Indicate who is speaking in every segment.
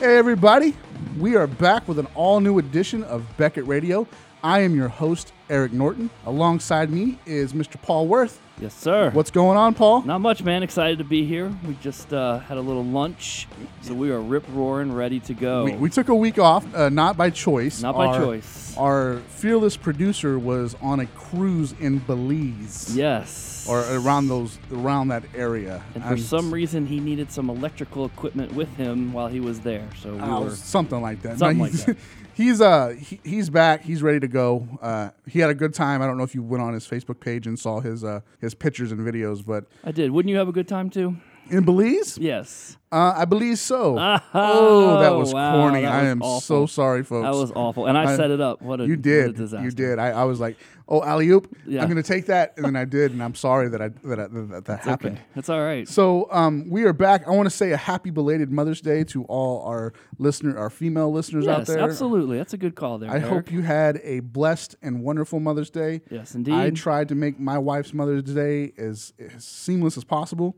Speaker 1: Hey, everybody. We are back with an all new edition of Beckett Radio. I am your host, Eric Norton. Alongside me is Mr. Paul Worth.
Speaker 2: Yes, sir.
Speaker 1: What's going on, Paul?
Speaker 2: Not much, man. Excited to be here. We just uh, had a little lunch, so we are rip roaring, ready to go.
Speaker 1: We, we took a week off, uh, not by choice.
Speaker 2: Not by
Speaker 1: Our-
Speaker 2: choice.
Speaker 1: Our fearless producer was on a cruise in Belize.
Speaker 2: yes.
Speaker 1: Or around those, around that area.
Speaker 2: And for
Speaker 1: I'm-
Speaker 2: some reason, he needed some electrical equipment with him while he was there. So we
Speaker 1: Oh,
Speaker 2: were.
Speaker 1: something like that.
Speaker 2: Something like
Speaker 1: he's,
Speaker 2: that.
Speaker 1: He's uh he, he's back. He's ready to go. Uh, he had a good time. I don't know if you went on his Facebook page and saw his uh his pictures and videos, but
Speaker 2: I did. Wouldn't you have a good time too?
Speaker 1: in Belize,
Speaker 2: Yes.
Speaker 1: uh, I believe so. oh, that was
Speaker 2: wow,
Speaker 1: corny.
Speaker 2: that
Speaker 1: I
Speaker 2: was
Speaker 1: am so
Speaker 2: awful.
Speaker 1: sorry, folks.
Speaker 2: That was awful, and I,
Speaker 1: I-
Speaker 2: set it up. What a
Speaker 1: you
Speaker 2: what a
Speaker 1: did.
Speaker 2: disaster.
Speaker 1: You did. I, I was like, oh, alley oop.
Speaker 2: Yeah.
Speaker 1: I'm gonna take that, and then I did, and I'm sorry that I that I, that, that, that happened.
Speaker 2: Okay, that's all right.
Speaker 1: So um, we are back. I want to say a happy belated Mother's Day to all our listener, our female listeners out
Speaker 2: yes,
Speaker 1: there.
Speaker 2: absolutely. That's a good call there.
Speaker 1: I hope you had a blessed and wonderful Mother's Day.
Speaker 2: Yes, indeed.
Speaker 1: I tried to make my wife's Mother's Day as, as seamless as possible.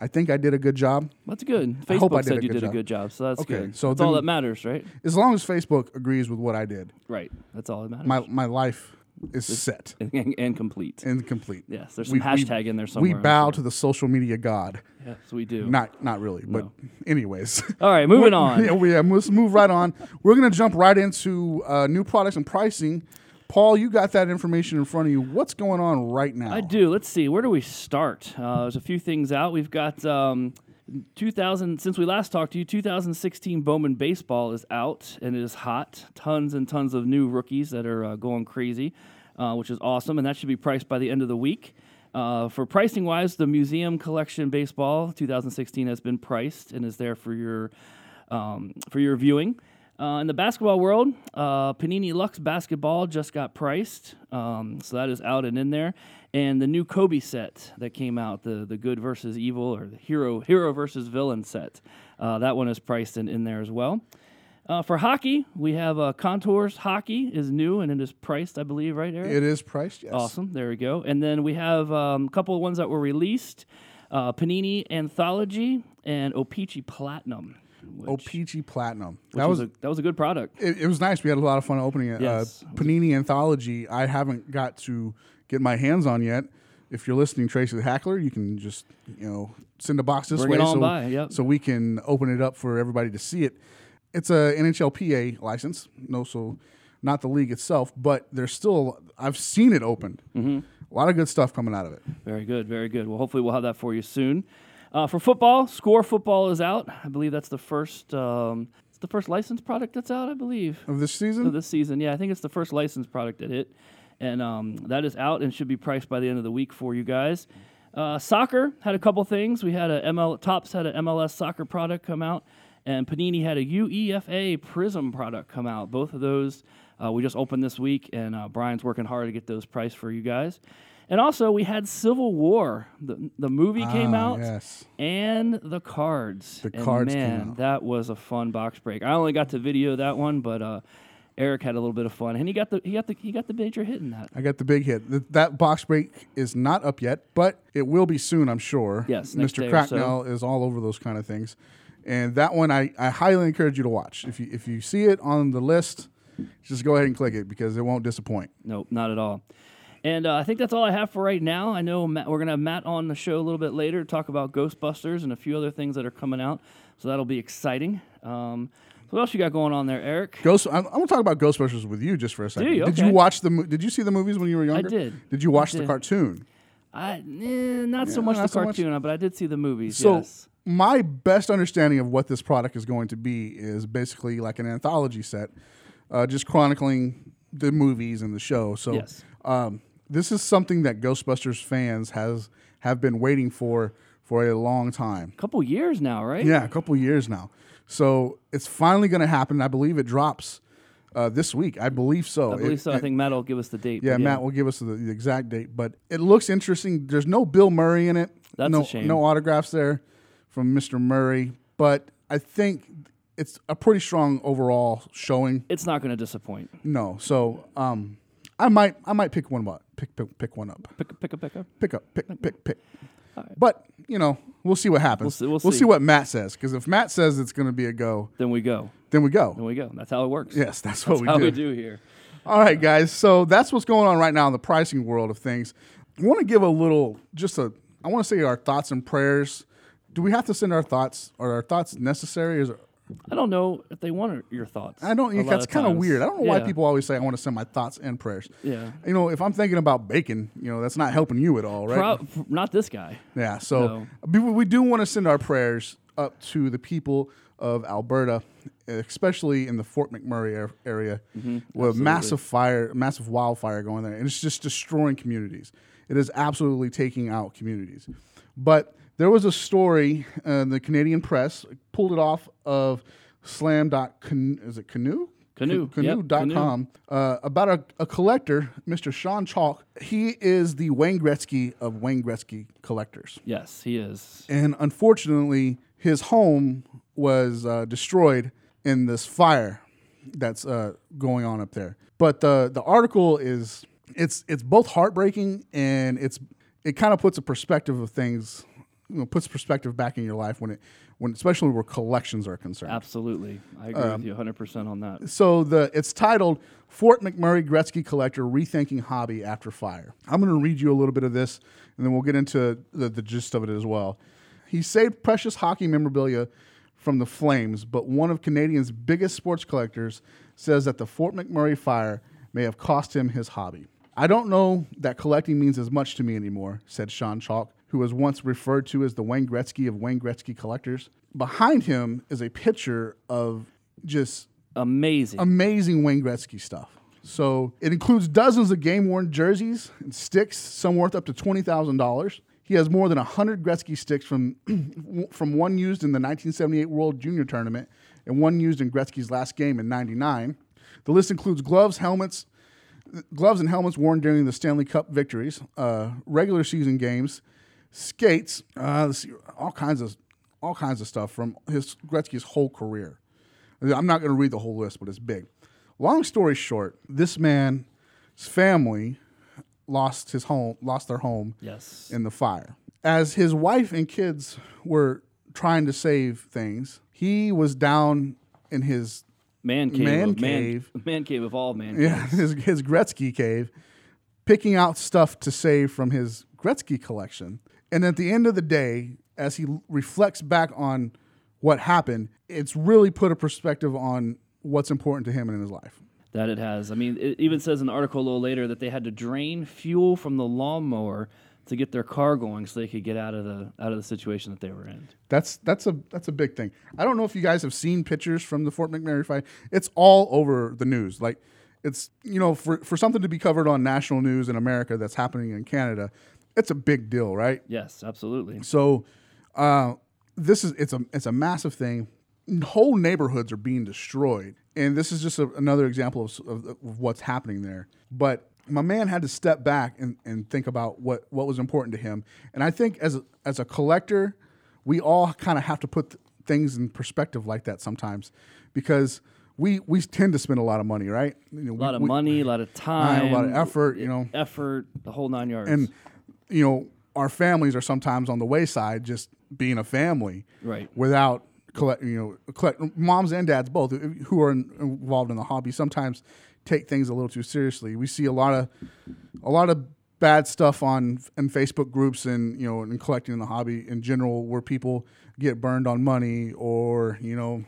Speaker 1: I think I did a good job.
Speaker 2: That's good.
Speaker 1: I hope I
Speaker 2: Facebook
Speaker 1: did a
Speaker 2: said you
Speaker 1: good
Speaker 2: did a
Speaker 1: job.
Speaker 2: good job, so that's
Speaker 1: Okay,
Speaker 2: good.
Speaker 1: so
Speaker 2: that's all
Speaker 1: then-
Speaker 2: that matters, right?
Speaker 1: As long as Facebook agrees with what I did,
Speaker 2: Right. That's all that matters.
Speaker 1: my, my life is set
Speaker 2: and, and complete.
Speaker 1: and complete.
Speaker 2: yes, there's some hashtag in there somewhere.
Speaker 1: We
Speaker 2: I'm
Speaker 1: bow
Speaker 2: sure.
Speaker 1: to the social media god.
Speaker 2: Yes, we do.
Speaker 1: Not not really, but anyways.
Speaker 2: All right, moving on.
Speaker 1: yeah, we, yeah, let's move right on. We're going to jump right into uh, new products and pricing. Paul, you got that information in front of you. What's going on right now?
Speaker 2: I do. Let's see. Where do we start? Uh, there's a few things out. We've got um, 2000. Since we last talked to you, 2016 Bowman baseball is out and it is hot. Tons and tons of new rookies that are uh, going crazy, uh, which is awesome. And that should be priced by the end of the week. Uh, for pricing wise, the Museum Collection Baseball 2016 has been priced and is there for your um, for your viewing. Uh, in the basketball world, uh, Panini Lux basketball just got priced, um, so that is out and in there. And the new Kobe set that came out, the the good versus evil or the hero hero versus villain set, uh, that one is priced and in there as well. Uh, for hockey, we have uh, Contours Hockey is new and it is priced, I believe, right, Eric?
Speaker 1: It is priced, yes.
Speaker 2: Awesome. There we go. And then we have um, a couple of ones that were released uh, Panini Anthology and Opeachy Platinum. Which,
Speaker 1: OPG Platinum.
Speaker 2: which
Speaker 1: Oh, That was
Speaker 2: a, that was a good product.
Speaker 1: it, it. Was nice. We had a lot of fun opening it.
Speaker 2: Yes.
Speaker 1: Uh, Panini Anthology. I haven't got to get my hands on yet. If you're listening, Tracy the Hackler, you can just you know send a box this
Speaker 2: Bring
Speaker 1: way
Speaker 2: it on
Speaker 1: so
Speaker 2: by, yep.
Speaker 1: so we can open it up for everybody to see it. It's a NHLPA license, no, so not the league itself, but there's still I've seen it opened.
Speaker 2: Mm-hmm.
Speaker 1: A lot of good stuff coming out of it.
Speaker 2: Very good. Very good. Well, hopefully we'll have that for you soon. Uh, for football, Score Football is out. I believe that's the first. Um, it's the first licensed product that's out. I believe.
Speaker 1: Of this
Speaker 2: for
Speaker 1: season,
Speaker 2: this season. Yeah, I think it's the first licensed product that hit, and um, that is out and should be priced by the end of the week for you guys. Uh, soccer had a couple things. We had a ML Tops had a MLS soccer product come out, and Panini had a UEFA Prism product come out. Both of those uh, we just opened this week, and uh, Brian's working hard to get those priced for you guys. And also, we had Civil War. The, the movie came
Speaker 1: Ah,
Speaker 2: out
Speaker 1: Yes,
Speaker 2: and the cards.
Speaker 1: The
Speaker 2: And
Speaker 1: cards came
Speaker 2: man,
Speaker 1: out.
Speaker 2: that was a fun box break. I only got to video that one, but uh, Eric had a little bit of fun, and he got the he got the he got the major hit in that.
Speaker 1: I got the big hit. Th- that box break is not up yet, but it will be soon, I'm sure.
Speaker 2: Yes, next
Speaker 1: Mr.
Speaker 2: day or so.
Speaker 1: Cracknell is all over those kind of things, and that one I, I highly encourage you to watch. If you if you see it on the list, just go ahead and click it because it won't disappoint.
Speaker 2: Nope, not at all. And uh, I think that's all I have for right now. I know Matt, we're gonna have Matt on the show a little bit later to talk about Ghostbusters and a few other things that are coming out, so that'll be exciting. Um, so what else you got going on there, Eric?
Speaker 1: Ghost. I'm, I'm gonna talk about Ghostbusters with you just for a second.
Speaker 2: you?
Speaker 1: Did you
Speaker 2: Okay.
Speaker 1: watch the? mo- Did you see the movies when you were younger?
Speaker 2: did.
Speaker 1: Did you watch the
Speaker 2: I did.
Speaker 1: cartoon?
Speaker 2: I eh, not so
Speaker 1: Yeah,
Speaker 2: much
Speaker 1: not
Speaker 2: the
Speaker 1: so much.
Speaker 2: cartoon, but I did see the movies.
Speaker 1: So
Speaker 2: yes.
Speaker 1: my best understanding of what this product is going to be is basically like an anthology set, uh, just chronicling the movies and the show. So
Speaker 2: Yes.
Speaker 1: um, this is something that Ghostbusters fans has have been waiting for for a long time.
Speaker 2: A couple years now, right?
Speaker 1: Yeah, a couple years now. So it's finally going to happen. I believe it drops uh, this week. I believe so.
Speaker 2: I believe so. I think Matt will give us the date.
Speaker 1: Yeah,
Speaker 2: but
Speaker 1: Matt will give us the, the exact date, but it looks interesting. There's no Bill Murray in it.
Speaker 2: That's
Speaker 1: no,
Speaker 2: a shame.
Speaker 1: No autographs there from Mr. Murray, but I think it's a pretty strong overall showing.
Speaker 2: It's not going to disappoint.
Speaker 1: No, so um, I might I might pick one up. Pick pick, pick one up.
Speaker 2: Pick a pick a pick a.
Speaker 1: Pick up. Pick pick pick.
Speaker 2: All right.
Speaker 1: But you know We'll see what happens.
Speaker 2: see- we'll see.
Speaker 1: what Matt says because if Matt says it's going to be a go,
Speaker 2: Then we go.
Speaker 1: then we go.
Speaker 2: Then we go. That's how it works.
Speaker 1: Yes, that's what
Speaker 2: How we do here.
Speaker 1: All right, guys. So that's what's going on right now in the pricing world of things. I want to give a little, just a, I want to say our thoughts and prayers. Do we have to send our thoughts? Are our thoughts necessary? Is
Speaker 2: I don't know if they want your thoughts.
Speaker 1: I don't.
Speaker 2: a lot
Speaker 1: that's kind of
Speaker 2: times.
Speaker 1: weird. I don't know why
Speaker 2: Yeah.
Speaker 1: people always say I want to send my thoughts and prayers.
Speaker 2: Yeah.
Speaker 1: You know, if I'm thinking about bacon, you know, that's not helping you at all, right?
Speaker 2: Pro- not this guy.
Speaker 1: Yeah. So
Speaker 2: No.
Speaker 1: we- we do want to send our prayers up to the people of Alberta, especially in the Fort McMurray ar- area, with massive fire, massive wildfire going there, and it's just destroying communities. It is absolutely taking out communities. But there was a story uh, the Canadian press pulled it off of slam dot can is it canoe
Speaker 2: Canoe,
Speaker 1: Ca-
Speaker 2: yep,
Speaker 1: canoe.com
Speaker 2: Canoe.
Speaker 1: um, uh, about a, a collector, Mr. Sean Chalk. He is the Wayne Gretzky of Wayne Gretzky collectors.
Speaker 2: Yes, he is.
Speaker 1: And unfortunately, his home was uh, destroyed in this fire that's uh, going on up there. But the the article is it's it's both heartbreaking and it's it kind of puts a perspective of things, you know, puts perspective back in your life when it when especially where collections are concerned.
Speaker 2: Absolutely. I agree
Speaker 1: Um,
Speaker 2: with you 100% on that.
Speaker 1: So the it's titled Fort McMurray Gretzky Collector Rethinking Hobby After Fire. I'm going to read you a little bit of this, and then we'll get into the, the gist of it as well. He saved precious hockey memorabilia from the flames, but one of Canadians' biggest sports collectors says that the Fort McMurray fire may have cost him his hobby. I don't know that collecting means as much to me anymore, said Sean Chalk, who was once referred to as the Wayne Gretzky of Wayne Gretzky collectors. Behind him is a picture of just
Speaker 2: Amazing.
Speaker 1: amazing Wayne Gretzky stuff. So it includes dozens of game worn jerseys and sticks, some worth up to twenty thousand dollars. He has more than hundred Gretzky sticks from from one used in the 1978 World Junior Tournament and one used in Gretzky's last game in '99. The list includes gloves, helmets, gloves and helmets worn during the Stanley Cup victories, uh, regular season games, skates, uh, let's see, all kinds of all kinds of stuff from his Gretzky's whole career. I'm not going to read the whole list, but it's big. Long story short, this man's family lost his home, lost their home
Speaker 2: yes.
Speaker 1: in the fire. As his wife and kids were trying to save things, he was down in his
Speaker 2: Man cave.
Speaker 1: Man
Speaker 2: of,
Speaker 1: cave.
Speaker 2: Man, man cave of all man.
Speaker 1: yeah, his, his Gretzky cave, picking out stuff to save from his Gretzky collection. And at the end of the day, as he l- reflects back on what happened, it's really put a perspective on what's important to him and in his life.
Speaker 2: That it has. I mean, it even says in the article a little later that they had to drain fuel from the lawnmower to get their car going so they could get out of the out of the situation that they were in.
Speaker 1: That's that's a that's a big thing. I don't know if you guys have seen pictures from the Fort McMurray fight. It's all over the news. Like it's you know for for something to be covered on national news in America that's happening in Canada, it's a big deal, right?
Speaker 2: Yes, absolutely.
Speaker 1: So uh, this is it's a it's a massive thing. Whole neighborhoods are being destroyed, and this is just a, another example of, s- of, of what's happening there. But my man had to step back and, and think about what, what was important to him. And I think as a, as a collector, we all kind of have to put th- things in perspective like that sometimes, because we we tend to spend a lot of money, right? You know,
Speaker 2: A lot of money, a lot of time,
Speaker 1: a lot of effort, you know.
Speaker 2: effort, the whole nine yards.
Speaker 1: and you know our families are sometimes on the wayside just being a family
Speaker 2: Right.
Speaker 1: without collect you know collect moms and dads both uh, who are in, involved in the hobby sometimes take things a little too seriously we see a lot of a lot of bad stuff on in facebook groups and you know and collecting in the hobby in general where people get burned on money or you know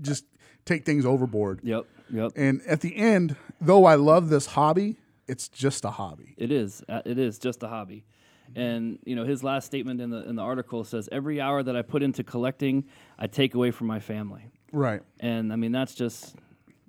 Speaker 1: just take things overboard
Speaker 2: yep, yep.
Speaker 1: and at the end though i love this hobby it's just a hobby
Speaker 2: It is. Uh, It is just a hobby. And you know, his last statement in the in the article says, "Every hour that I put into collecting, I take away from my family."
Speaker 1: right
Speaker 2: And I mean, that's just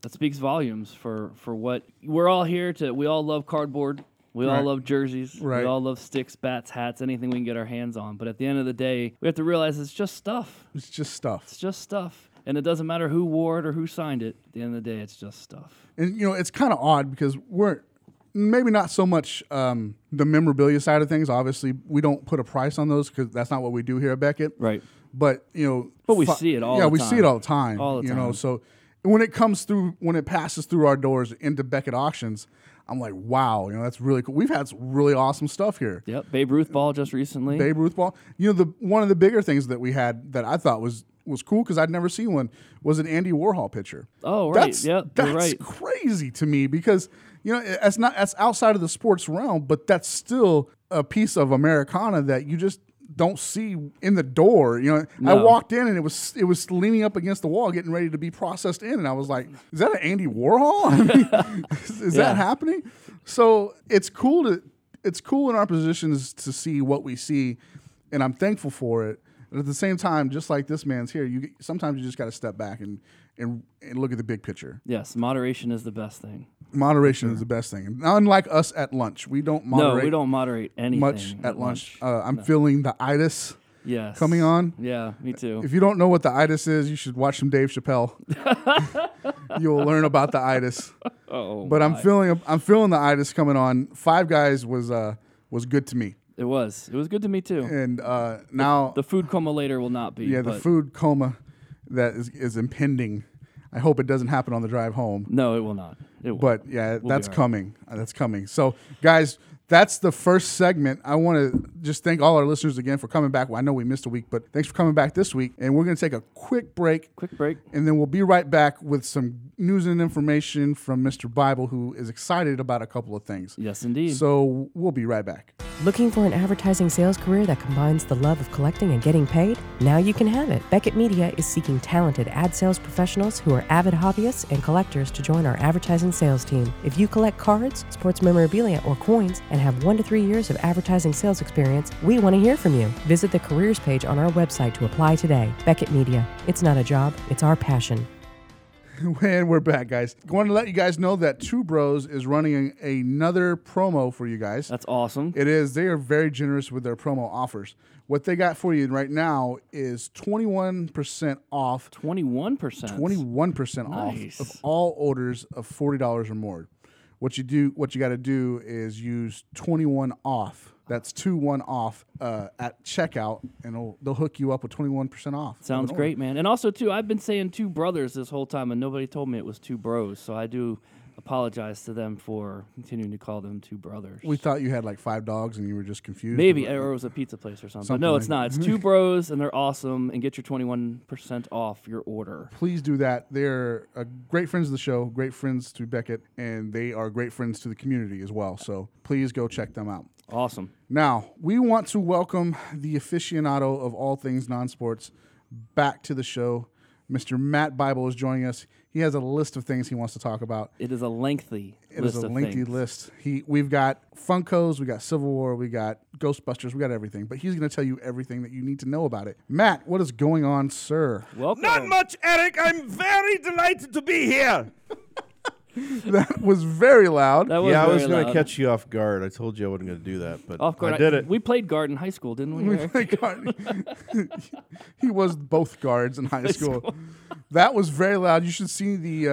Speaker 2: that speaks volumes for for what we're all here to. We all love cardboard. We all
Speaker 1: Right.
Speaker 2: love jerseys.
Speaker 1: Right.
Speaker 2: We all love sticks, bats, hats, anything we can get our hands on. But at the end of the day, we have to realize it's just stuff.
Speaker 1: it's just stuff
Speaker 2: It's just stuff. And it doesn't matter who wore it or who signed it. At the end of the day, it's just stuff.
Speaker 1: and you know it's kind of odd because we're maybe not so much um, the memorabilia side of things. Obviously, we don't put a price on those because that's not what we do here at Beckett.
Speaker 2: Right.
Speaker 1: But you know,
Speaker 2: But we see it all
Speaker 1: Yeah,
Speaker 2: the
Speaker 1: we
Speaker 2: time.
Speaker 1: see it all the time.
Speaker 2: All the
Speaker 1: You know,
Speaker 2: time.
Speaker 1: so when it comes through, when it passes through our doors into Beckett auctions, I'm like, wow, you know, that's really cool. We've had some really awesome stuff here.
Speaker 2: Yep, Babe Ruth ball just recently.
Speaker 1: Babe Ruth ball. You know, the one of the bigger things that we had that I thought was was cool because I'd never seen one was an Andy Warhol picture.
Speaker 2: Oh, right.
Speaker 1: That's,
Speaker 2: Yep, you're
Speaker 1: that's
Speaker 2: right.
Speaker 1: crazy to me because you know that's not that's outside of the sports realm, but that's still a piece of Americana that you just don't see in the door. You know, I
Speaker 2: No.
Speaker 1: walked in and it was it was leaning up against the wall, getting ready to be processed in, and I was like, "Is that an Andy Warhol? I mean, is, is
Speaker 2: Yeah.
Speaker 1: that happening?" So it's cool to it's cool in our positions to see what we see, and I'm thankful for it. But at the same time, just like this man's here, you sometimes you just got to step back and, and and look at the big picture
Speaker 2: Yes, moderation is the best thing.
Speaker 1: moderation is the best thing. And Unlike us at lunch, we don't moderate
Speaker 2: No, we don't moderate anything
Speaker 1: much at, lunch. Uh, I'm feeling the itis
Speaker 2: Yes,
Speaker 1: coming on.
Speaker 2: Yeah, me too.
Speaker 1: If you don't know what the itis is, you should watch some Dave Chappelle. you will learn about the itis.
Speaker 2: oh,
Speaker 1: But I'm feeling I'm feeling the itis coming on. Five Guys was uh was good to me,
Speaker 2: it was it was good to me too.
Speaker 1: and uh, now
Speaker 2: The food coma later will not be.
Speaker 1: yeah the
Speaker 2: but-
Speaker 1: food coma that is is impending. I hope it doesn't happen on the drive home.
Speaker 2: No, it will not. It will.
Speaker 1: But yeah, that's
Speaker 2: all right.
Speaker 1: coming. Uh, That's coming. So, guys, that's the first segment. I want to just thank all our listeners again for coming back. Well, I know we missed a week, but thanks for coming back this week. And we're going to take a quick break,
Speaker 2: quick break.
Speaker 1: and then we'll be right back with some news and information from Mr. Bible, who is excited about a couple of things.
Speaker 2: Yes, indeed.
Speaker 1: So, we'll be right back.
Speaker 3: Looking for an advertising sales career that combines the love of collecting and getting paid? Now you can have it. Beckett Media is seeking talented ad sales professionals who are avid hobbyists and collectors to join our advertising sales team. If you collect cards, sports memorabilia, or coins and have one to three years of advertising sales experience, we want to hear from you. Visit the careers page on our website to apply today. Beckett Media. It's not a job, it's our passion.
Speaker 1: And we're back, guys. Going to let you guys know that Two Bros is running another promo for you guys.
Speaker 2: That's awesome.
Speaker 1: It is. They are very generous with their promo offers. What they got for you right now is 21% off,
Speaker 2: Twenty-one percent.
Speaker 1: 21%
Speaker 2: Nice.
Speaker 1: off of all orders of $40 or more. What you do, what you got to do is use 21 off. That's two one off uh, at checkout, and it'll, they'll hook you up with 21% off.
Speaker 2: Sounds
Speaker 1: Going
Speaker 2: great, man. And also too, I've been saying two brothers this whole time, and nobody told me it was two bros. So I do apologize to them for continuing to call them two brothers.
Speaker 1: on. We thought you had like five dogs, and you were just confused.
Speaker 2: Maybe
Speaker 1: about it.
Speaker 2: or it was a pizza place or something. But
Speaker 1: Something
Speaker 2: no,
Speaker 1: like
Speaker 2: it's not. It's two bros, and they're awesome. And get your twenty-one percent off your order.
Speaker 1: please do that. They're uh, great friends of the show, great friends to Beckett, and they are great friends to the community as well. So please go check them out.
Speaker 2: Awesome.
Speaker 1: Now, we want to welcome the aficionado of all things non sports back to the show. Mr. Matt Bible is joining us. He has a list of things he wants to talk about.
Speaker 2: It is a lengthy.
Speaker 1: It
Speaker 2: list
Speaker 1: is a
Speaker 2: of
Speaker 1: lengthy
Speaker 2: things.
Speaker 1: list. He, we've got Funkos, we got Civil War, we got Ghostbusters, we got everything. But he's going to tell you everything that you need to know about it. Matt, what is going on, sir?
Speaker 2: Welcome.
Speaker 4: Not much, Eric. I'm very delighted to be here.
Speaker 1: That was very loud.
Speaker 2: That was
Speaker 4: Yeah, I
Speaker 2: very
Speaker 4: was going to
Speaker 2: loud.
Speaker 4: catch you off guard. I told you I wasn't going to do that, but
Speaker 2: Off guard.
Speaker 4: I did it.
Speaker 2: We played guard in high school, didn't we? Eric?
Speaker 1: They got- he was both guards in high school. That was very loud. You should see the uh,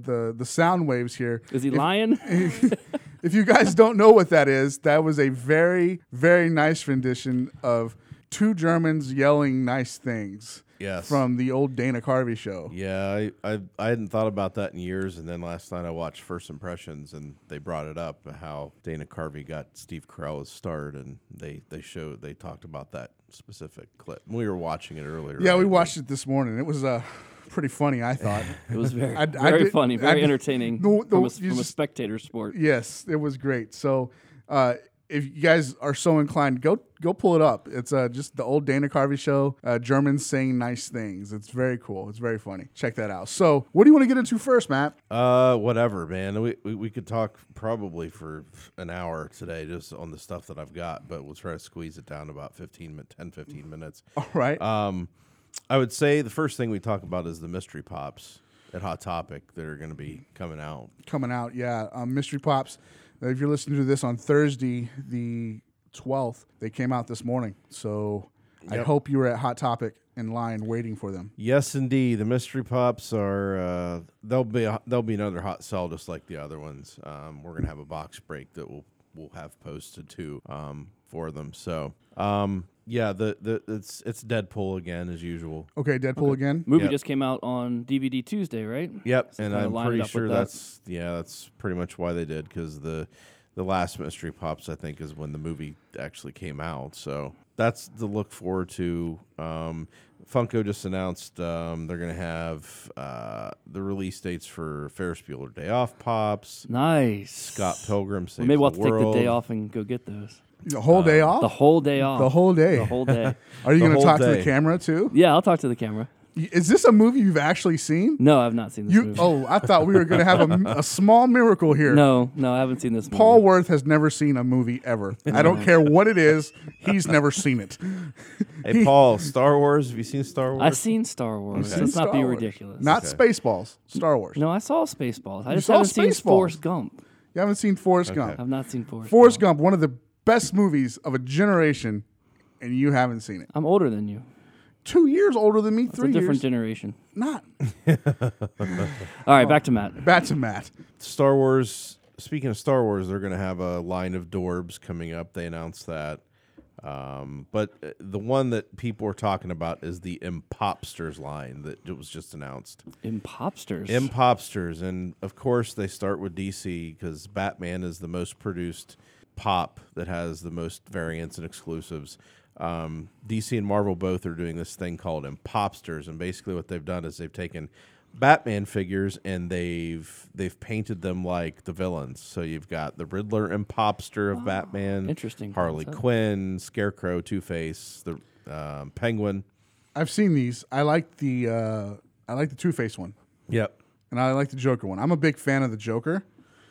Speaker 1: the the sound waves here.
Speaker 2: Is he lying?
Speaker 1: If you guys don't know what that is, that was a very very nice rendition of two Germans yelling nice things.
Speaker 4: Yes.
Speaker 1: From the old Dana Carvey show.
Speaker 4: yeah, I, I I hadn't thought about that in years, and then last night I watched First Impressions, and they brought it up how Dana Carvey got Steve Carell his start, and they they showed they talked about that specific clip. We were watching it earlier.
Speaker 1: Yeah,
Speaker 4: right?
Speaker 1: we watched it this morning. It was uh, pretty funny, I thought.
Speaker 2: It was very,
Speaker 1: I- I
Speaker 2: very
Speaker 1: did-
Speaker 2: funny,
Speaker 1: I
Speaker 2: very
Speaker 1: did-
Speaker 2: entertaining
Speaker 1: No,
Speaker 2: from,
Speaker 1: no,
Speaker 2: a, s-
Speaker 1: you
Speaker 2: from a
Speaker 1: just-
Speaker 2: spectator sport.
Speaker 1: Yes, it was great. So, uh, if you guys are so inclined, go go pull it up. It's uh, just the old Dana Carvey show. Uh, Germans saying nice things. It's very cool. It's very funny. Check that out. So, what do you want to get into first, Matt?
Speaker 4: Uh, whatever, man. We, we we could talk probably for an hour today just on the stuff that I've got, but we'll try to squeeze it down to about 15, min- 10, 15 minutes.
Speaker 1: All right.
Speaker 4: Um, I would say the first thing we talk about is the mystery pops at Hot Topic that are going to be coming out.
Speaker 1: Coming out, yeah. Um, Mystery Pops. Uh, If you're listening to this on Thursday, the 12th, they came out this morning. So, I hope you were at Hot Topic in line waiting for them.
Speaker 4: Yes, indeed, the mystery pops are. Uh, they'll be a, they'll be another hot sell just like the other ones. Um, we're gonna have a box break that we'll we'll have posted too um, for them. So um, yeah, the, the it's it's Deadpool again as usual.
Speaker 1: Okay, Deadpool again.
Speaker 2: Movie
Speaker 4: Yep.
Speaker 2: just came out on DVD Tuesday, right?
Speaker 4: Yep,
Speaker 2: So
Speaker 4: and
Speaker 2: kinda
Speaker 4: I'm
Speaker 2: line it
Speaker 4: pretty
Speaker 2: up with
Speaker 4: sure
Speaker 2: that.
Speaker 4: that's yeah, that's pretty much why they did because the the last Mystery Pops I think is when the movie actually came out. So that's the look forward to. Um, Funko just announced um, they're gonna have uh, the release dates for Ferris Bueller Day Off pops,
Speaker 2: Nice.
Speaker 4: Scott Pilgrim Saves
Speaker 2: Well, maybe we'll have
Speaker 4: the
Speaker 2: to take the
Speaker 4: World.
Speaker 2: day off and go get those.
Speaker 1: The whole day off.
Speaker 2: The whole day off.
Speaker 1: The whole day.
Speaker 2: The whole day.
Speaker 1: Are you
Speaker 4: the
Speaker 1: going to
Speaker 4: whole
Speaker 1: talk to the
Speaker 4: day.
Speaker 1: camera too?
Speaker 2: yeah, I'll talk to the camera.
Speaker 1: Y- Is this a movie you've actually seen?
Speaker 2: No, I've not seen this
Speaker 1: You
Speaker 2: movie.
Speaker 1: oh, I thought we were going to have a, m- a small miracle here.
Speaker 2: No, no, I haven't seen this
Speaker 1: Paul
Speaker 2: movie.
Speaker 1: Worth has never seen a movie ever. I don't care what it is, he's never seen it.
Speaker 4: Hey Paul, Star Wars. Have you seen Star Wars?
Speaker 2: I've seen Star Wars.
Speaker 4: Okay.
Speaker 2: Let's not
Speaker 1: Star
Speaker 2: be
Speaker 1: Wars.
Speaker 2: ridiculous.
Speaker 1: Not
Speaker 4: Okay.
Speaker 1: Spaceballs, Star Wars.
Speaker 2: No, I saw Spaceballs. I just
Speaker 1: saw
Speaker 2: haven't seen
Speaker 1: Spaceballs?
Speaker 2: Forrest Gump.
Speaker 1: You haven't seen Forrest Gump.
Speaker 2: I've not seen Forrest.
Speaker 1: Forrest
Speaker 2: Gump.
Speaker 1: Gump, one of the best movies of a generation, and you haven't seen it.
Speaker 2: I'm older than you.
Speaker 1: Two years older than me,
Speaker 2: It's
Speaker 1: three
Speaker 2: a different
Speaker 1: years.
Speaker 2: generation.
Speaker 1: Not.
Speaker 2: All right, back to Matt.
Speaker 1: Back to Matt.
Speaker 4: Star Wars. Speaking of Star Wars, they're going to have a line of Dorbs coming up. They announced that. Um, but uh, the one that people are talking about is the Impopsters line that it was just announced.
Speaker 2: Impopsters.
Speaker 4: Impopsters, and of course they start with DC because Batman is the most produced pop that has the most variants and exclusives. Um, DC and Marvel both are doing this thing called Impopsters, and basically what they've done is they've taken Batman figures and they've they've painted them like the villains. So you've got the Riddler Impopster of Batman,
Speaker 2: interesting
Speaker 4: Harley
Speaker 2: concept.
Speaker 4: Quinn, Scarecrow, Two Face, the um, Penguin.
Speaker 1: I've seen these. I like the uh, I like the Two Face one,
Speaker 4: Yep.
Speaker 1: and I like the Joker one. I'm a big fan of the Joker.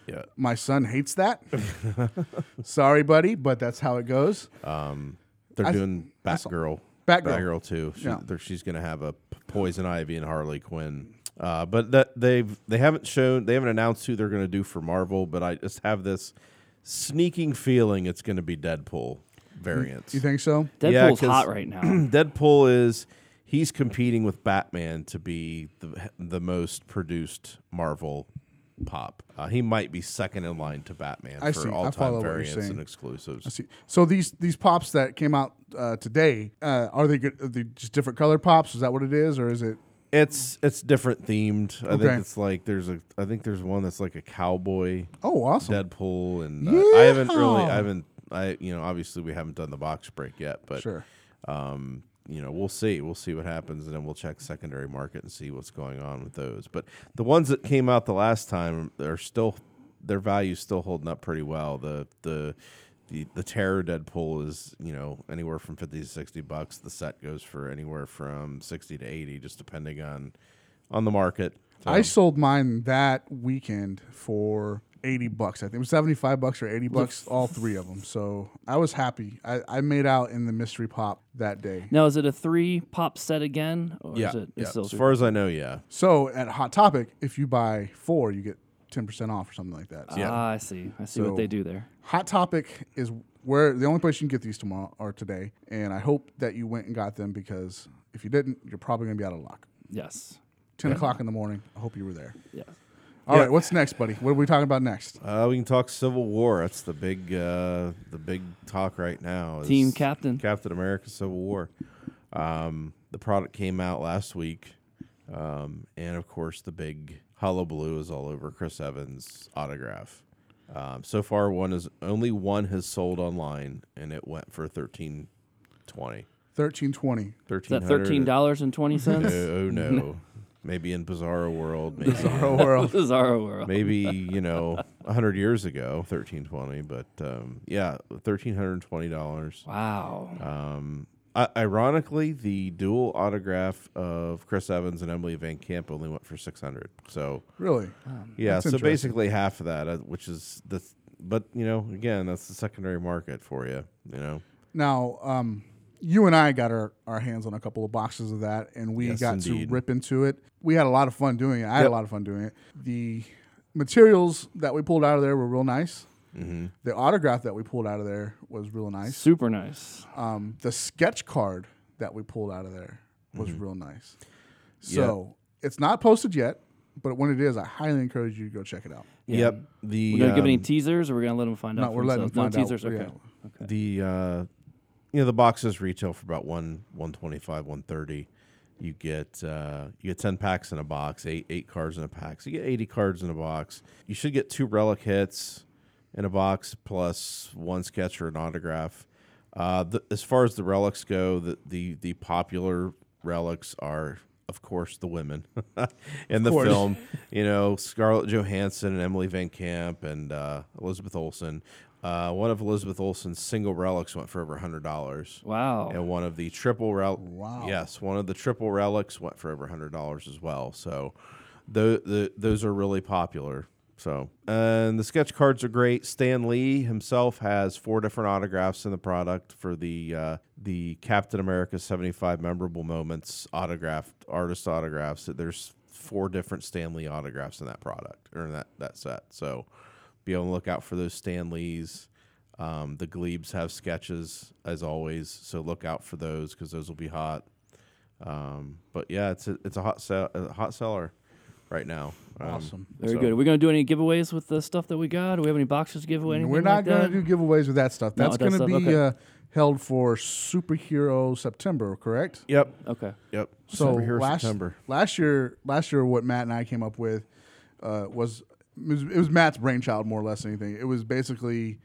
Speaker 4: Yeah.
Speaker 1: My son hates that. Sorry, buddy, but that's how it goes.
Speaker 4: They're
Speaker 1: I th-
Speaker 4: doing Batgirl.
Speaker 1: Batgirl.
Speaker 4: too. She,
Speaker 1: Yeah.
Speaker 4: they're- She's going to have a p- Poison Ivy and Harley Quinn. Uh, but that they've they haven't shown they haven't announced who they're going to do for Marvel. But I just have this sneaking feeling it's going to be Deadpool variants.
Speaker 1: You think so?
Speaker 4: Yeah,
Speaker 2: Deadpool's
Speaker 4: 'cause
Speaker 2: hot right now.
Speaker 4: Deadpool is he's competing with Batman to be the the most produced Marvel pop. Uh, he might be second in line to Batman
Speaker 1: I see.
Speaker 4: for
Speaker 1: I follow
Speaker 4: all time
Speaker 1: what you're
Speaker 4: variants
Speaker 1: saying.
Speaker 4: and exclusives.
Speaker 1: See, so these these pops that came out uh, today uh, are they good? Are they just different color pops? Is that what it is, or is it?
Speaker 4: It's it's different themed. I
Speaker 1: Okay.
Speaker 4: think it's like there's a I think there's one that's like a cowboy
Speaker 1: Oh, awesome!
Speaker 4: Deadpool and uh, I haven't really
Speaker 1: Yeehaw!
Speaker 4: I haven't I you know obviously we haven't done the box break yet but
Speaker 1: Sure.
Speaker 4: um you know we'll see we'll see what happens and then we'll check secondary market and see what's going on with those but the ones that came out the last time they're still their value's still holding up pretty well the the the, the terror Deadpool is you know anywhere from fifty to sixty bucks. The set goes for anywhere from sixty to eighty, just depending on on the market. So-
Speaker 1: I sold mine that weekend for eighty bucks. I think it was seventy five bucks or eighty bucks, all three of them. So I was happy. I, I made out in the mystery pop that day.
Speaker 2: now, is it a three pop set again? Or
Speaker 4: yeah,
Speaker 2: is it
Speaker 4: yeah.
Speaker 2: it's still
Speaker 4: as
Speaker 2: three?
Speaker 4: far as I know, yeah.
Speaker 1: So at Hot Topic, if you buy four, you get ten percent off or something like that. So
Speaker 4: yeah.
Speaker 2: Ah, I see. I see what they
Speaker 1: So-
Speaker 2: do there.
Speaker 1: Hot Topic is where the only place you can get these tomorrow or today. And I hope that you went and got them because if you didn't, you're probably gonna be out of luck.
Speaker 2: Yes.
Speaker 1: Ten o'clock in the morning. I hope you were there.
Speaker 2: Yes.
Speaker 1: All right,
Speaker 4: Yeah.
Speaker 1: what's next, buddy? What are we talking about next?
Speaker 4: Uh, we can talk Civil War. That's the big, uh, the big talk right now. is
Speaker 2: Team Captain.
Speaker 4: Captain America: Civil War. Um, the product came out last week, um, and of course, the big hullabaloo is all over Chris Evans' autograph. Um, so far, one is only one has sold online, and it went for thirteen twenty.
Speaker 1: Thirteen twenty.
Speaker 2: Is that
Speaker 4: Thirteen
Speaker 2: thirteen dollars and twenty
Speaker 4: No,
Speaker 2: cents?
Speaker 4: oh no, maybe in Bizarro World, maybe
Speaker 1: Pro world.
Speaker 2: This is our world.
Speaker 4: maybe you know a 100 years ago 1320 but um, yeah $1320
Speaker 2: Wow.
Speaker 4: um, I- ironically the dual autograph of chris evans and emily van camp only went for 600 so
Speaker 1: Really?
Speaker 4: yeah
Speaker 1: That's
Speaker 4: so
Speaker 1: interesting.
Speaker 4: basically half of that uh, which is the but you know again that's the secondary market for you you know
Speaker 1: Now, um, you and I got our, our hands on a couple of boxes of that, and we
Speaker 4: Yes,
Speaker 1: got
Speaker 4: indeed.
Speaker 1: to rip into it. We had a lot of fun doing it. I had a
Speaker 4: Yep.
Speaker 1: lot of fun doing it. The materials that we pulled out of there were real nice.
Speaker 4: Mm-hmm.
Speaker 1: The autograph that we pulled out of there was real nice.
Speaker 2: Super nice.
Speaker 1: Um, the sketch card that we pulled out of there was
Speaker 4: Mm-hmm.
Speaker 1: real nice. So it's not posted yet, but when it is, I highly encourage you to go check it out.
Speaker 2: Yeah.
Speaker 4: yep the
Speaker 2: We're gonna give
Speaker 4: um,
Speaker 2: any teasers, or we're gonna let them find out.
Speaker 1: No,
Speaker 2: for
Speaker 1: we're letting them
Speaker 2: themselves?
Speaker 1: find out.
Speaker 2: no teasers.
Speaker 1: Yeah.
Speaker 2: Okay.
Speaker 4: the uh, you know the boxes retail for about one one twenty five one thirty. You get uh, you get ten packs in a box, eight eight cards in a pack. So you get eighty cards in a box. You should get two relic hits in a box plus one sketch or an autograph. Uh, the, as far as the relics go, the, the the popular relics are, of course, the women in the
Speaker 1: course.
Speaker 4: film. You know, Scarlett Johansson and Emily Van Camp and uh, Elizabeth Olsen. Uh, one of Elizabeth Olsen's single relics went for over hundred dollars.
Speaker 2: Wow.
Speaker 4: And one of the triple relic.
Speaker 1: Wow.
Speaker 4: Yes, one of the triple relics went for over hundred dollars as well. So, tho- the, those are really popular. So, and the sketch cards are great. Stan Lee himself has four different autographs in the product for the uh, the Captain America seventy five memorable moments autographed artist autographs. There's four different Stan Lee autographs in that product or in that that set. So, be on the lookout for those Stan Lees. Um, the Glebes have sketches as always, so look out for those because those will be hot. Um, but yeah, it's a, it's a hot sell, a hot seller right now. Um,
Speaker 1: Awesome.
Speaker 2: Very
Speaker 4: so-
Speaker 2: good. Are we going to do any giveaways with the stuff that we got? Do we have any boxes to give away?
Speaker 1: We're
Speaker 2: anything
Speaker 1: not
Speaker 2: like
Speaker 1: going
Speaker 2: that?
Speaker 1: to do giveaways with that stuff.
Speaker 2: No,
Speaker 1: That's
Speaker 2: that's
Speaker 1: going to be
Speaker 2: stuff- okay.
Speaker 1: uh, held for Superhero September, correct?
Speaker 4: Yep.
Speaker 2: Okay.
Speaker 4: Yep.
Speaker 1: So
Speaker 4: September here,
Speaker 1: last
Speaker 4: September.
Speaker 1: last year, last year, what Matt and I came up with uh, was it was it was Matt's brainchild more or less than anything. It was basically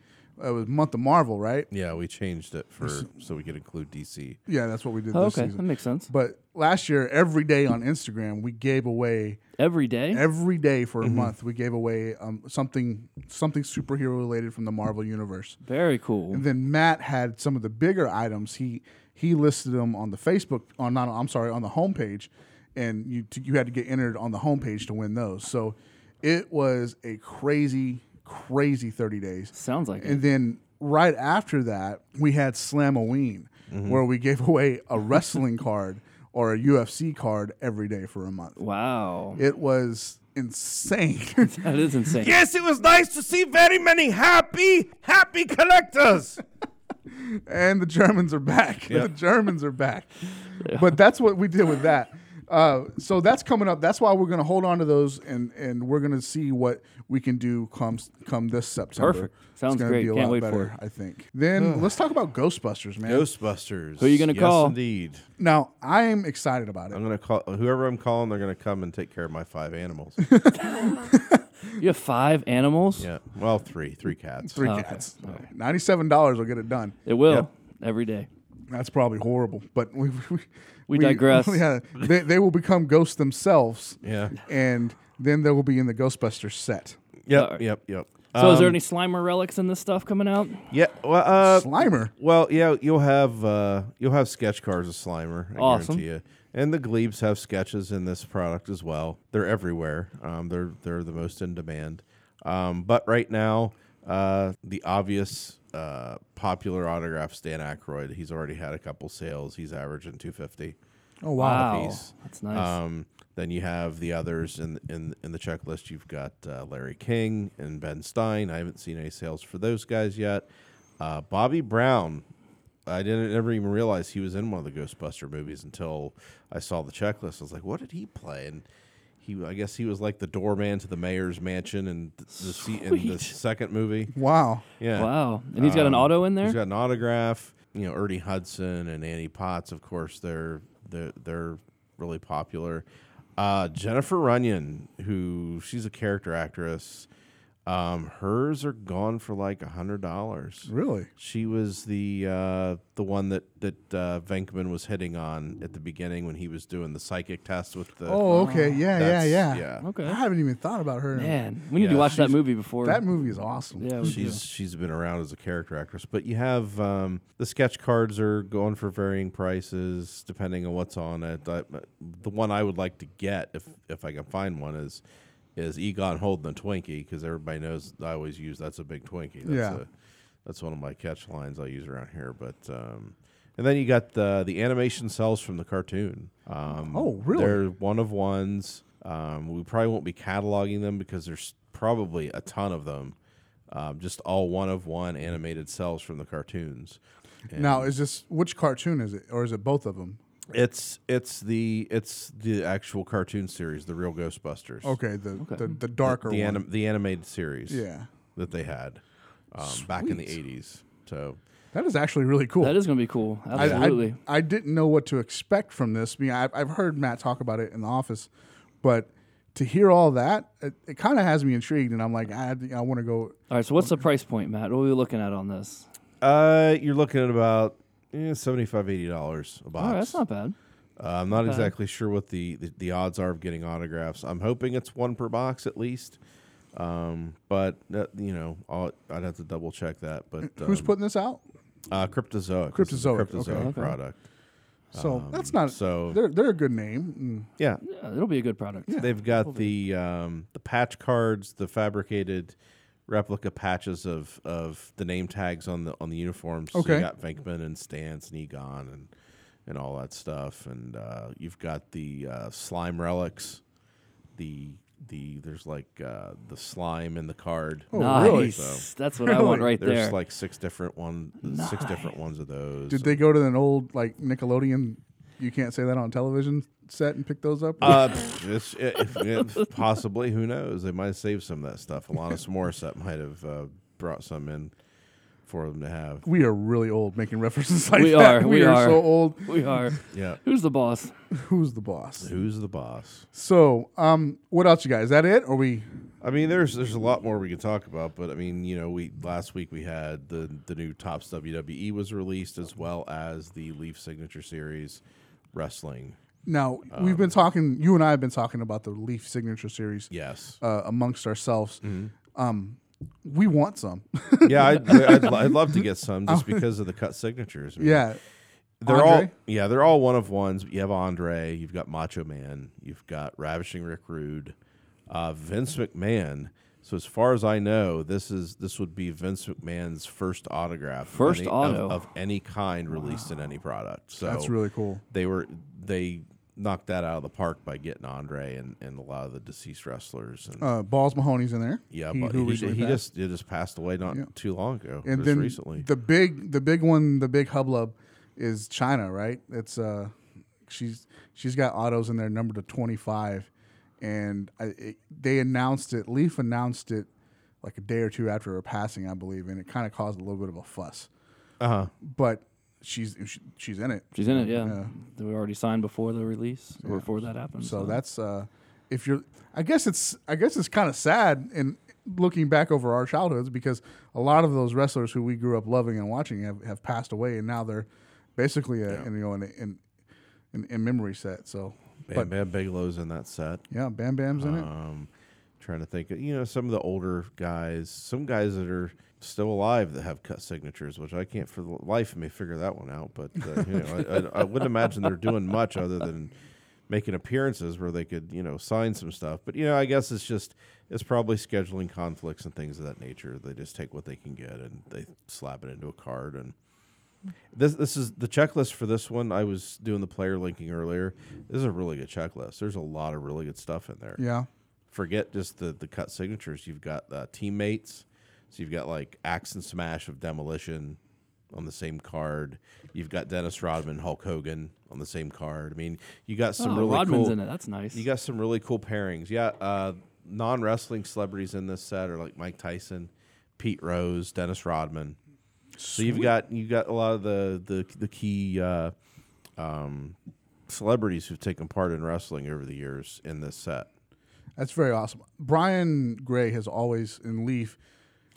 Speaker 1: it was month of Marvel, right?
Speaker 4: Yeah, we changed it for so we could include DC.
Speaker 1: Yeah, that's what we did
Speaker 2: Oh,
Speaker 1: this
Speaker 2: okay. That
Speaker 1: season.
Speaker 2: makes sense.
Speaker 1: But last year, every day on Instagram, we gave away
Speaker 2: Every day?
Speaker 1: every day for a month. We gave away um, something something superhero related from the Marvel universe.
Speaker 2: Very cool.
Speaker 1: And then Matt had some of the bigger items. He he listed them on the Facebook on not I'm sorry on the homepage, and you t- you had to get entered on the homepage to win those. So it was a crazy crazy 30 days.
Speaker 2: Sounds like it.
Speaker 1: And then right after that, we had Slamoween,
Speaker 2: Mm-hmm.
Speaker 1: where we gave away a wrestling card or a UFC card every day for a month.
Speaker 2: Wow.
Speaker 1: It was insane.
Speaker 2: That is insane.
Speaker 4: Yes, it was nice to see very many happy, happy collectors.
Speaker 1: and the Germans are back. The Germans are back. But that's what we did with that. Uh, so that's coming up. That's why we're going to hold on to those, and and we're going to see what we can do come come this September.
Speaker 2: Perfect. Sounds
Speaker 1: it's gonna
Speaker 2: great.
Speaker 1: Be a
Speaker 2: Can't
Speaker 1: lot
Speaker 2: wait for
Speaker 1: better, I think. Then let's talk about Ghostbusters, man.
Speaker 4: Ghostbusters.
Speaker 2: Who you gonna
Speaker 4: yes,
Speaker 2: call?
Speaker 4: Indeed.
Speaker 1: Now I am excited about
Speaker 4: I'm
Speaker 1: it.
Speaker 4: gonna call whoever I'm calling. They're gonna come and take care of my five animals.
Speaker 2: You have five animals?
Speaker 4: yeah. Well, three, three cats.
Speaker 1: Three
Speaker 2: Oh, okay.
Speaker 1: cats. Ninety-seven dollars will get it done.
Speaker 2: It will.
Speaker 4: Yep.
Speaker 2: Every day.
Speaker 1: That's probably horrible, but we we,
Speaker 2: digress.
Speaker 1: Yeah, they, they will become ghosts themselves,
Speaker 4: Yeah.
Speaker 1: and then they will be in the Ghostbusters set.
Speaker 4: Yep.
Speaker 2: Alright.
Speaker 4: Yep. Yep. Um,
Speaker 2: So is there any Slimer relics in this stuff coming out?
Speaker 4: Yeah. Well, uh,
Speaker 1: Slimer.
Speaker 4: Well, yeah, you'll have uh, you'll have sketch cards of Slimer. I
Speaker 2: Awesome.
Speaker 4: guarantee you. And the Glebes have sketches in this product as well. They're everywhere. Um, they're they're the most in demand. Um, but right now, uh, the obvious uh, popular autograph, Stan Aykroyd. He's already had a couple sales. He's averaging two fifty.
Speaker 1: Oh
Speaker 2: Wow.
Speaker 4: piece.
Speaker 2: That's nice.
Speaker 4: Um, then you have the others in in in the checklist. You've got uh, Larry King and Ben Stein. I haven't seen any sales for those guys yet. Uh, Bobby Brown. I didn't ever even realize he was in one of the Ghostbuster movies until I saw the checklist. I was like, "What did he play?" And he, I guess, he was like the doorman to the mayor's mansion in th- the se- in the
Speaker 2: Sweet.
Speaker 4: second movie.
Speaker 1: Wow.
Speaker 4: Yeah,
Speaker 2: wow. And he's got an
Speaker 4: um,
Speaker 2: auto in there?
Speaker 4: He's got an autograph. You know, Ernie Hudson and Annie Potts, of course, they're they're, they're really popular. Uh, Jennifer Runyon, who she's a character actress, um, hers are gone for like a hundred dollars.
Speaker 1: Really?
Speaker 4: She was the uh, the one that that uh, Venkman was hitting on at the beginning when he was doing the psychic test with the.
Speaker 1: Oh, okay. Yeah, yeah,
Speaker 4: that's-
Speaker 1: yeah.
Speaker 4: yeah.
Speaker 2: Okay.
Speaker 1: I haven't even thought about her.
Speaker 2: Man, we need to
Speaker 4: Yeah,
Speaker 2: watch that movie before.
Speaker 1: That movie is awesome.
Speaker 2: yeah, we do.
Speaker 4: she's she's been around as a character actress. But you have um, the sketch cards are going for varying prices depending on what's on it. I, uh, the one I would like to get if if I can find one is is Egon holding a Twinkie because everybody knows I always use that's a big Twinkie. That's
Speaker 1: Yeah.
Speaker 4: a, that's one of my catch lines I use around here. But um, and then you got the the animation cells from the cartoon. Um,
Speaker 1: Oh, really?
Speaker 4: They're one of ones. Um, we probably won't be cataloging them because there's probably a ton of them. Um, just all one of one animated cells from the cartoons. And
Speaker 1: Now, is this which cartoon is it, or is it both of them?
Speaker 4: it's it's the it's the actual cartoon series, the real Ghostbusters.
Speaker 1: Okay, the The, the darker
Speaker 4: the
Speaker 1: one.
Speaker 4: anim- the animated series.
Speaker 1: Yeah.
Speaker 4: that they had um, back in the
Speaker 1: Sweet.
Speaker 4: '80s. So
Speaker 1: That is actually really cool.
Speaker 2: That is going to be cool.
Speaker 1: I-
Speaker 2: Absolutely.
Speaker 1: I, I didn't know what to expect from this. I mean, I've, I've heard Matt talk about it in the office, but to hear all that, it, it kind of has me intrigued, and I'm like, I, I want to go.
Speaker 2: All right. So what's the price point, Matt? What are we looking at on this?
Speaker 4: Uh, you're looking at about eh, 75 dollars
Speaker 1: Oh,
Speaker 4: a box.
Speaker 2: All right, that's not bad.
Speaker 4: Uh, I'm not exactly sure what the, the, the odds are of getting autographs. I'm hoping it's one per box at least. Um, but that, you know, I'll, I'd have to double check that. But um,
Speaker 1: Who's putting this out?
Speaker 4: uh, Cryptozoic? This is a
Speaker 1: Cryptozoic, okay.
Speaker 4: Cryptozoic
Speaker 1: Okay.
Speaker 4: product. Um,
Speaker 1: So that's not.
Speaker 4: so-
Speaker 1: they're they're a good name. Mm.
Speaker 4: Yeah,
Speaker 2: Yeah, it'll be a good product.
Speaker 4: they've got the um, the patch cards, the fabricated replica patches of, of the name tags on the on the uniforms. So
Speaker 1: Okay.
Speaker 4: you got Venkman and Stance and Egon and and all that stuff, and uh, you've got the uh, slime relics. The the there's like uh, the slime in the card.
Speaker 1: Oh,
Speaker 2: nice.
Speaker 1: really?
Speaker 4: So
Speaker 2: That's what I want right
Speaker 4: there's
Speaker 2: there.
Speaker 4: like six different one six different ones of those.
Speaker 1: Did they go to an old like Nickelodeon? You can't say that on television set and pick those up.
Speaker 4: Uh, pff, it's, it, it- it- possibly, who knows? They might have saved some of that stuff. Alanis Morissette might have uh, brought some in for them to have.
Speaker 1: we are really old making references like
Speaker 2: We
Speaker 1: that.
Speaker 2: are, we
Speaker 1: are
Speaker 2: are.
Speaker 1: so old.
Speaker 2: we are.
Speaker 4: Yeah.
Speaker 2: Who's the boss?
Speaker 1: Who's the boss?
Speaker 4: Who's the boss?
Speaker 1: So, um, what else, you guys? Is that it? Or we?
Speaker 4: I mean, there's there's a lot more we could talk about, but I mean, you know, we last week we had the the new Tops WWE E was released as well as the Leaf Signature Series wrestling.
Speaker 1: Now we've been talking. You and I have been talking about the Leaf Signature Series.
Speaker 4: Yes.
Speaker 1: uh, amongst ourselves.
Speaker 4: Mm-hmm.
Speaker 1: Um, we want some.
Speaker 4: Yeah, I'd, I'd, lo- I'd love to get some just because of the cut signatures. I mean,
Speaker 1: yeah.
Speaker 4: They're all
Speaker 1: Andre?
Speaker 4: yeah, they're all one of ones. You have Andre, you've got Macho Man, you've got Ravishing Rick Rude, uh, Vince McMahon. So as far as I know, this is this would be Vince McMahon's first autograph, of
Speaker 2: First
Speaker 4: any-
Speaker 2: auto.
Speaker 4: of, of any kind released in any product. So
Speaker 1: That's really cool.
Speaker 4: They were they knocked that out of the park by getting Andre and, and a lot of the deceased wrestlers. And,
Speaker 1: Uh, Balls Mahoney's in there.
Speaker 4: yeah,
Speaker 1: He-
Speaker 4: but
Speaker 1: who
Speaker 4: he,
Speaker 1: recently
Speaker 4: he
Speaker 1: passed.
Speaker 4: just he just passed away not too long ago,
Speaker 1: and
Speaker 4: just
Speaker 1: then
Speaker 4: recently.
Speaker 1: the big the big one the big hublub is China, right? It's uh, she's she's got autos in there numbered to twenty five, and I, it, they announced it. Leaf announced it like a day or two after her passing, I believe, and it kind of caused a little bit of a fuss.
Speaker 4: uh-huh.
Speaker 1: But she's she, she's in it.
Speaker 2: She's in it. Yeah.
Speaker 1: Yeah.
Speaker 2: They were already signed before the release or before that happened.
Speaker 1: So
Speaker 4: Mm-hmm.
Speaker 1: that's uh, if you're. I guess it's. I guess it's kind of sad in looking back over our childhoods because a lot of those wrestlers who we grew up loving and watching have, have passed away, and now they're basically a, in, you know in in, in in memory set. So,
Speaker 4: Bam
Speaker 1: but
Speaker 4: Bam Bigelow's in that set.
Speaker 1: yeah, Bam Bam's in it.
Speaker 4: Um, trying to think, you know, some of the older guys, some guys that are still alive that have cut signatures, which I can't for the life of me figure that one out. But uh, you know, I, I, I wouldn't imagine they're doing much other than making appearances where they could, you know, sign some stuff. But you know, I guess it's just it's probably scheduling conflicts and things of that nature. They just take what they can get and they slap it into a card and. This this is the checklist for this one. I was doing the player linking earlier. This is a really good checklist. There's a lot of really good stuff in there
Speaker 1: Yeah,
Speaker 4: forget just the the cut signatures. You've got uh, teammates, so you've got like Axe and Smash of Demolition on the same card. You've got Dennis Rodman, Hulk Hogan on the same card. I mean, you got some
Speaker 2: Oh,
Speaker 4: really
Speaker 2: Rodman's
Speaker 4: cool.
Speaker 2: in it. That's nice.
Speaker 4: You got some really cool pairings. Yeah, uh, non wrestling celebrities in this set are like Mike Tyson, Pete Rose, Dennis Rodman. So you've got you got a lot of the the the key uh, um, celebrities who've taken part in wrestling over the years in this set.
Speaker 1: that's very awesome. Brian Gray has always in Leaf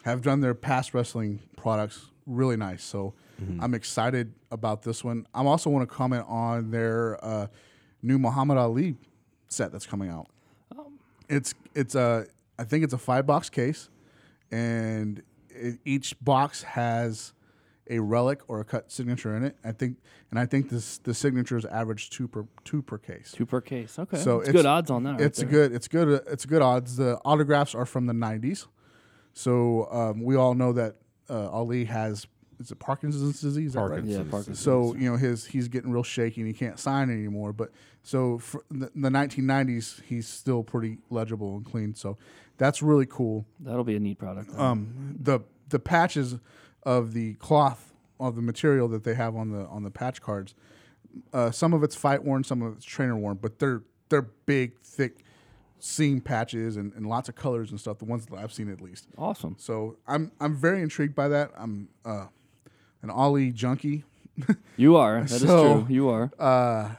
Speaker 1: have done their past wrestling products really nice. So I'm excited about this one. I also want to comment on their uh, new Muhammad Ali set that's coming out. It's it's a I think it's a five box case, and it, each box has a relic or a cut signature in it. I think and I think this the signatures average two per two per case.
Speaker 2: two per case. Okay.
Speaker 1: So
Speaker 2: it's,
Speaker 1: it's-
Speaker 2: good odds on that. right
Speaker 1: It's a
Speaker 2: there.
Speaker 1: good. It's good. uh, It's good odds. The autographs are from the '90s, so um, we all know that uh, Ali has is it Parkinson's disease? Is that right?
Speaker 4: Parkinson's.
Speaker 2: Yeah, Parkinson's.
Speaker 1: So you know his he's getting real shaky and he can't sign anymore. But so for the, the 1990s, he's still pretty legible and clean. So that's really cool.
Speaker 2: That'll be a neat product. then.
Speaker 1: Um, the the patches of the cloth of the material that they have on the on the patch cards, uh, some of it's fight worn, some of it's trainer worn, but they're they're big, thick seam patches and, and lots of colors and stuff. The ones that I've seen at least.
Speaker 2: awesome.
Speaker 1: So I'm I'm very intrigued by that. I'm uh, an Ollie junkie.
Speaker 2: You are. That is
Speaker 1: So-
Speaker 2: true. You are.
Speaker 1: Uh,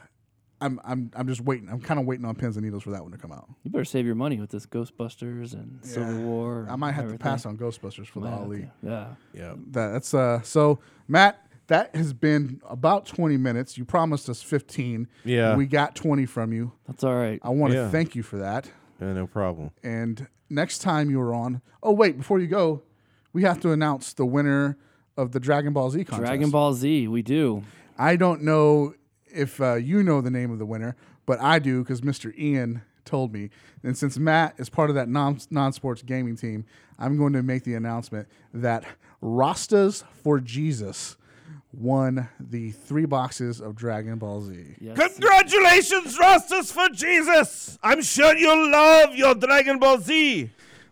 Speaker 1: I'm I'm I'm just waiting. I'm kind of waiting on pins and needles for that one to come out.
Speaker 2: You better save your money with this Ghostbusters and Civil War.
Speaker 1: I
Speaker 2: and
Speaker 1: might have
Speaker 2: everything.
Speaker 1: to pass on Ghostbusters for the
Speaker 2: Yeah,
Speaker 1: Ollie.
Speaker 2: Yeah.
Speaker 4: Yeah.
Speaker 1: That, that's uh. So Matt, that has been about 20 minutes. You promised us 15.
Speaker 4: Yeah.
Speaker 1: we got 20 from you.
Speaker 2: That's all right.
Speaker 1: I want to
Speaker 4: Yeah.
Speaker 1: thank you for that.
Speaker 4: Yeah, no problem.
Speaker 1: And next time you are on, oh wait, before you go, we have to announce the winner of the Dragon Ball Z contest.
Speaker 2: Dragon Ball Z, we do.
Speaker 1: I don't know if uh, you know the name of the winner, but I do because Mr. Ian told me. And since Matt is part of that non non sports gaming team, I'm going to make the announcement that Rastas for Jesus won the three boxes of Dragon Ball Z.
Speaker 2: Yes.
Speaker 5: Congratulations, Rastas for Jesus! I'm sure you'll love your Dragon Ball Z.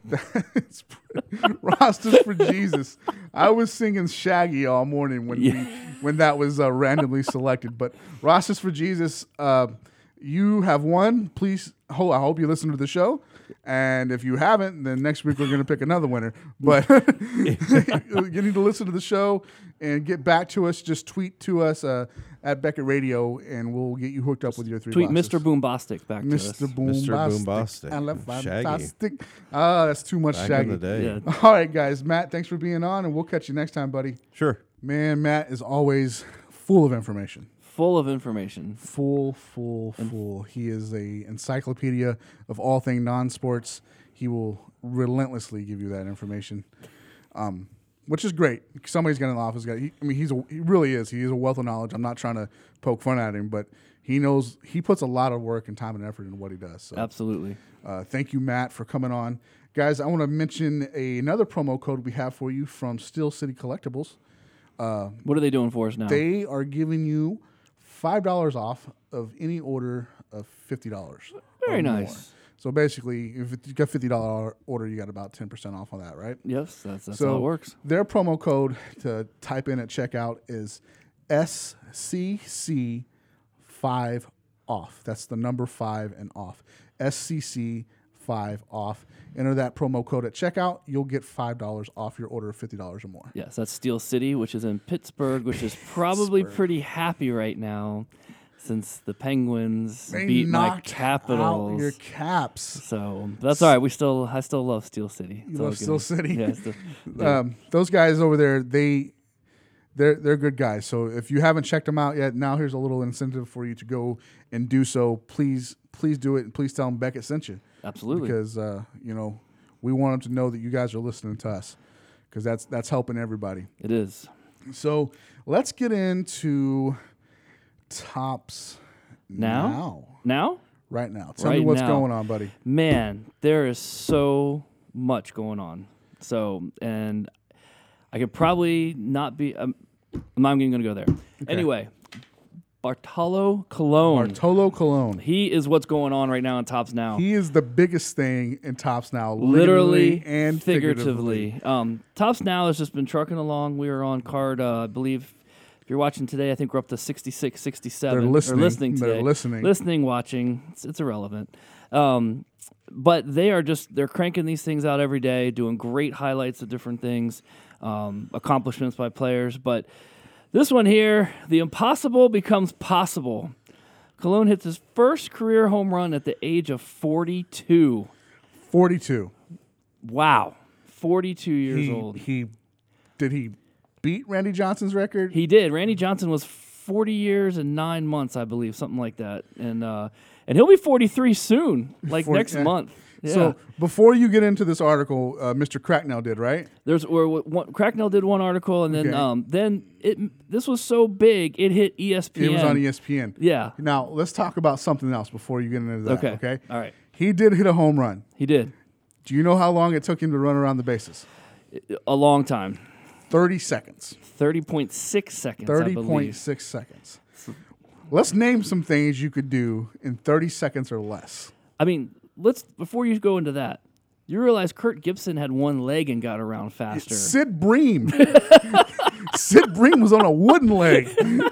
Speaker 1: It's pretty- Rastas for Jesus. I was singing Shaggy all morning when we, when that was uh, randomly selected. But Rastas for Jesus, uh, you have won. Please, ho- I hope you listen to the show. And if you haven't, then next week we're going to pick another winner. But you need to listen to the show and get back to us. Just tweet to us uh, at Beckett Radio, and we'll get you hooked up with your three.
Speaker 2: Tweet
Speaker 1: boxes.
Speaker 2: Mr. Boombastic back to us.
Speaker 1: Mr. Boom,
Speaker 4: Mr. Boombastic.
Speaker 1: Boombastic.
Speaker 4: Shaggy.
Speaker 1: Fantastic. Ah, that's too much
Speaker 4: Back
Speaker 1: Shaggy.
Speaker 4: in the day.
Speaker 2: Yeah.
Speaker 1: All right, guys. Matt, thanks for being on, and we'll catch you next time, buddy.
Speaker 4: Sure.
Speaker 1: Man, Matt is always full of information.
Speaker 2: Full of information.
Speaker 1: Full, full, full. He is a encyclopedia of all thing non-sports. He will relentlessly give you that information, um, which is great. Somebody's got in the office. Got. He, I mean, he's a, he really is. He is a wealth of knowledge. I'm not trying to poke fun at him, but he knows he puts a lot of work and time and effort into what he does. So.
Speaker 2: Absolutely.
Speaker 1: Uh, thank you, Matt, for coming on. Guys, I want to mention a, another promo code we have for you from Steel City Collectibles.
Speaker 2: What are they doing for us now?
Speaker 1: They are giving you $5 off of any order of $50. or
Speaker 2: Very
Speaker 1: more.
Speaker 2: nice.
Speaker 1: So basically, if you got $50 order, you got about 10% off on that, right?
Speaker 2: Yes, that's, that's
Speaker 1: so
Speaker 2: how it works.
Speaker 1: Their promo code to type in at checkout is SCC five off. That's the number five and off. SCC five off. Enter that promo code at checkout. You'll get five dollars off your order of fifty dollars or more.
Speaker 2: Yes, that's Steel City, which is in Pittsburgh, which is probably pretty happy right now since the Penguins beat my
Speaker 1: out
Speaker 2: Capitals.
Speaker 1: your caps.
Speaker 2: so that's all right. We still, I still love Steel City. It's all
Speaker 1: love
Speaker 2: good.
Speaker 1: Steel City?
Speaker 2: Yeah, it's the-
Speaker 1: Um, those guys over there, they they're they're good guys. So if you haven't checked them out yet, now here's a little incentive for you to go and do so. Please, please do it, and please tell them Beckett sent you.
Speaker 2: absolutely.
Speaker 1: because uh, you know we want them to know that you guys are listening to us because that's that's helping everybody.
Speaker 2: it is.
Speaker 1: So let's get into tops
Speaker 2: Now? Now?
Speaker 1: right now. Tell me
Speaker 2: Right
Speaker 1: what's
Speaker 2: now. Hmm.
Speaker 1: going on, buddy.
Speaker 2: man, there is so much going on. So, and I could probably not be. Um, I'm not even going to go there. Anyway, Bartolo Colon.
Speaker 1: Bartolo Colon.
Speaker 2: he is what's going on right now in tops now.
Speaker 1: He is the biggest thing in tops now,
Speaker 2: literally,
Speaker 1: literally and figuratively.
Speaker 2: Um, Tops now has just been trucking along. We are on card, uh, I believe. If you're watching today, I think we're up to 66, 67.
Speaker 1: They're
Speaker 2: or
Speaker 1: listening.
Speaker 2: listening
Speaker 1: They're
Speaker 2: today.
Speaker 1: listening.
Speaker 2: Listening, watching. It's, it's irrelevant. Um, but they are just, they're cranking these things out every day, doing great highlights of different things, um, accomplishments by players. But this one here, the impossible becomes possible. Cologne hits his first career home run at the age of 42.
Speaker 1: Forty-two.
Speaker 2: Wow. 42 years
Speaker 1: He,
Speaker 2: old.
Speaker 1: he did he beat Randy Johnson's record?
Speaker 2: He did. Randy Johnson was 40 years and 9 months, I believe, something like that. And uh and he'll be 43 soon, like
Speaker 1: 40
Speaker 2: next
Speaker 1: yeah.
Speaker 2: month. Yeah.
Speaker 1: So before you get into this article, uh, Mr. Cracknell did right.
Speaker 2: there's or what- one, Cracknell did one article and then
Speaker 1: Okay.
Speaker 2: um then it this was so big, it hit E ESPN.
Speaker 1: It was on E ESPN.
Speaker 2: Yeah.
Speaker 1: Now let's talk about something else before you get into that.
Speaker 2: Okay.
Speaker 1: Okay.
Speaker 2: All right.
Speaker 1: He did hit a home run.
Speaker 2: He did.
Speaker 1: Do you know how long it took him to run around the bases?
Speaker 2: A long time.
Speaker 1: Thirty seconds.
Speaker 2: 30.6 seconds, I
Speaker 1: Thirty
Speaker 2: believe.
Speaker 1: point six seconds. Let's name some things you could do in thirty seconds or less.
Speaker 2: I mean, let's before you go into that. You realize Kurt Gibson had one leg and got around faster.
Speaker 1: Sid Bream. Sid Bream was on a wooden leg. And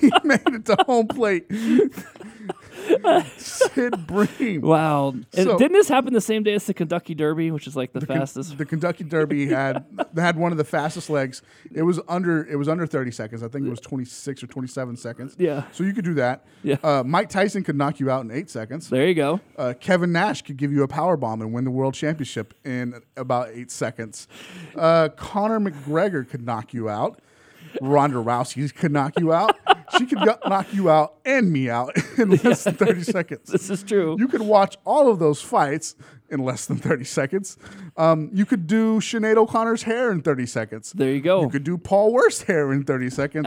Speaker 1: he made it to home plate. Sid Bream.
Speaker 2: Wow. And
Speaker 1: So-
Speaker 2: didn't this happen the same day as the Kentucky Derby, which is like the,
Speaker 1: Ken-
Speaker 2: fastest?
Speaker 1: The Kentucky Derby had had one of the fastest legs. It was under it was under 30 seconds. I think it was 26 or 27 seconds.
Speaker 2: Yeah.
Speaker 1: So you could do that.
Speaker 2: Yeah.
Speaker 1: Uh, Mike Tyson could knock you out in eight seconds.
Speaker 2: there you go.
Speaker 1: Uh, Kevin Nash could give you a power bomb and win the world championship in about eight seconds. Uh, Conor McGregor could knock you out. Ronda Rousey could knock you out. she could go- knock you out and me out in less than 30 seconds.
Speaker 2: This is true.
Speaker 1: You could watch all of those fights in less than 30 seconds. Um, you could do Sinead O'Connor's hair in 30 seconds.
Speaker 2: There you go.
Speaker 1: You could do Paul Wurst's hair in 30 seconds.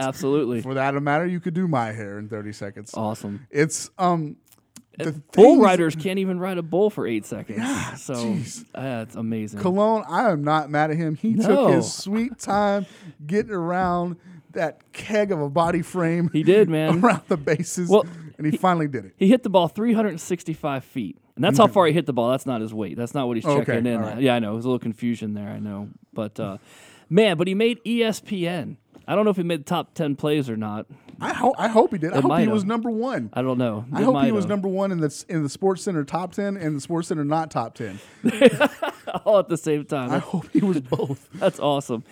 Speaker 2: Absolutely.
Speaker 1: For that matter, you could do my hair in 30 seconds.
Speaker 2: Awesome.
Speaker 1: It's um, the
Speaker 2: Uh, Bull
Speaker 1: things-
Speaker 2: riders can't even ride a bull for eight seconds. so that's amazing.
Speaker 1: Cologne, I am not mad at him. He
Speaker 2: No.
Speaker 1: took his sweet time getting around that keg of a body frame.
Speaker 2: He did, man.
Speaker 1: around the bases,
Speaker 2: Well,
Speaker 1: and he, finally did it.
Speaker 2: He hit the ball 365 feet. And that's how far he hit the ball. That's not his weight. That's not what he's
Speaker 1: Mm-hmm. Okay,
Speaker 2: checking in.
Speaker 1: all right.
Speaker 2: Yeah, I know. There's a little confusion there, I know. But uh, man, but he made E ESPN. I don't know if he made the top 10 plays or not.
Speaker 1: I, ho- I hope he did. I hope he
Speaker 2: might
Speaker 1: was
Speaker 2: have.
Speaker 1: number one.
Speaker 2: I don't know.
Speaker 1: I
Speaker 2: It
Speaker 1: hope
Speaker 2: might
Speaker 1: he was
Speaker 2: have.
Speaker 1: number one in the s- in the Sports Center top ten and the Sports Center not top ten.
Speaker 2: all at the same time.
Speaker 1: I hope he was both.
Speaker 2: That's awesome.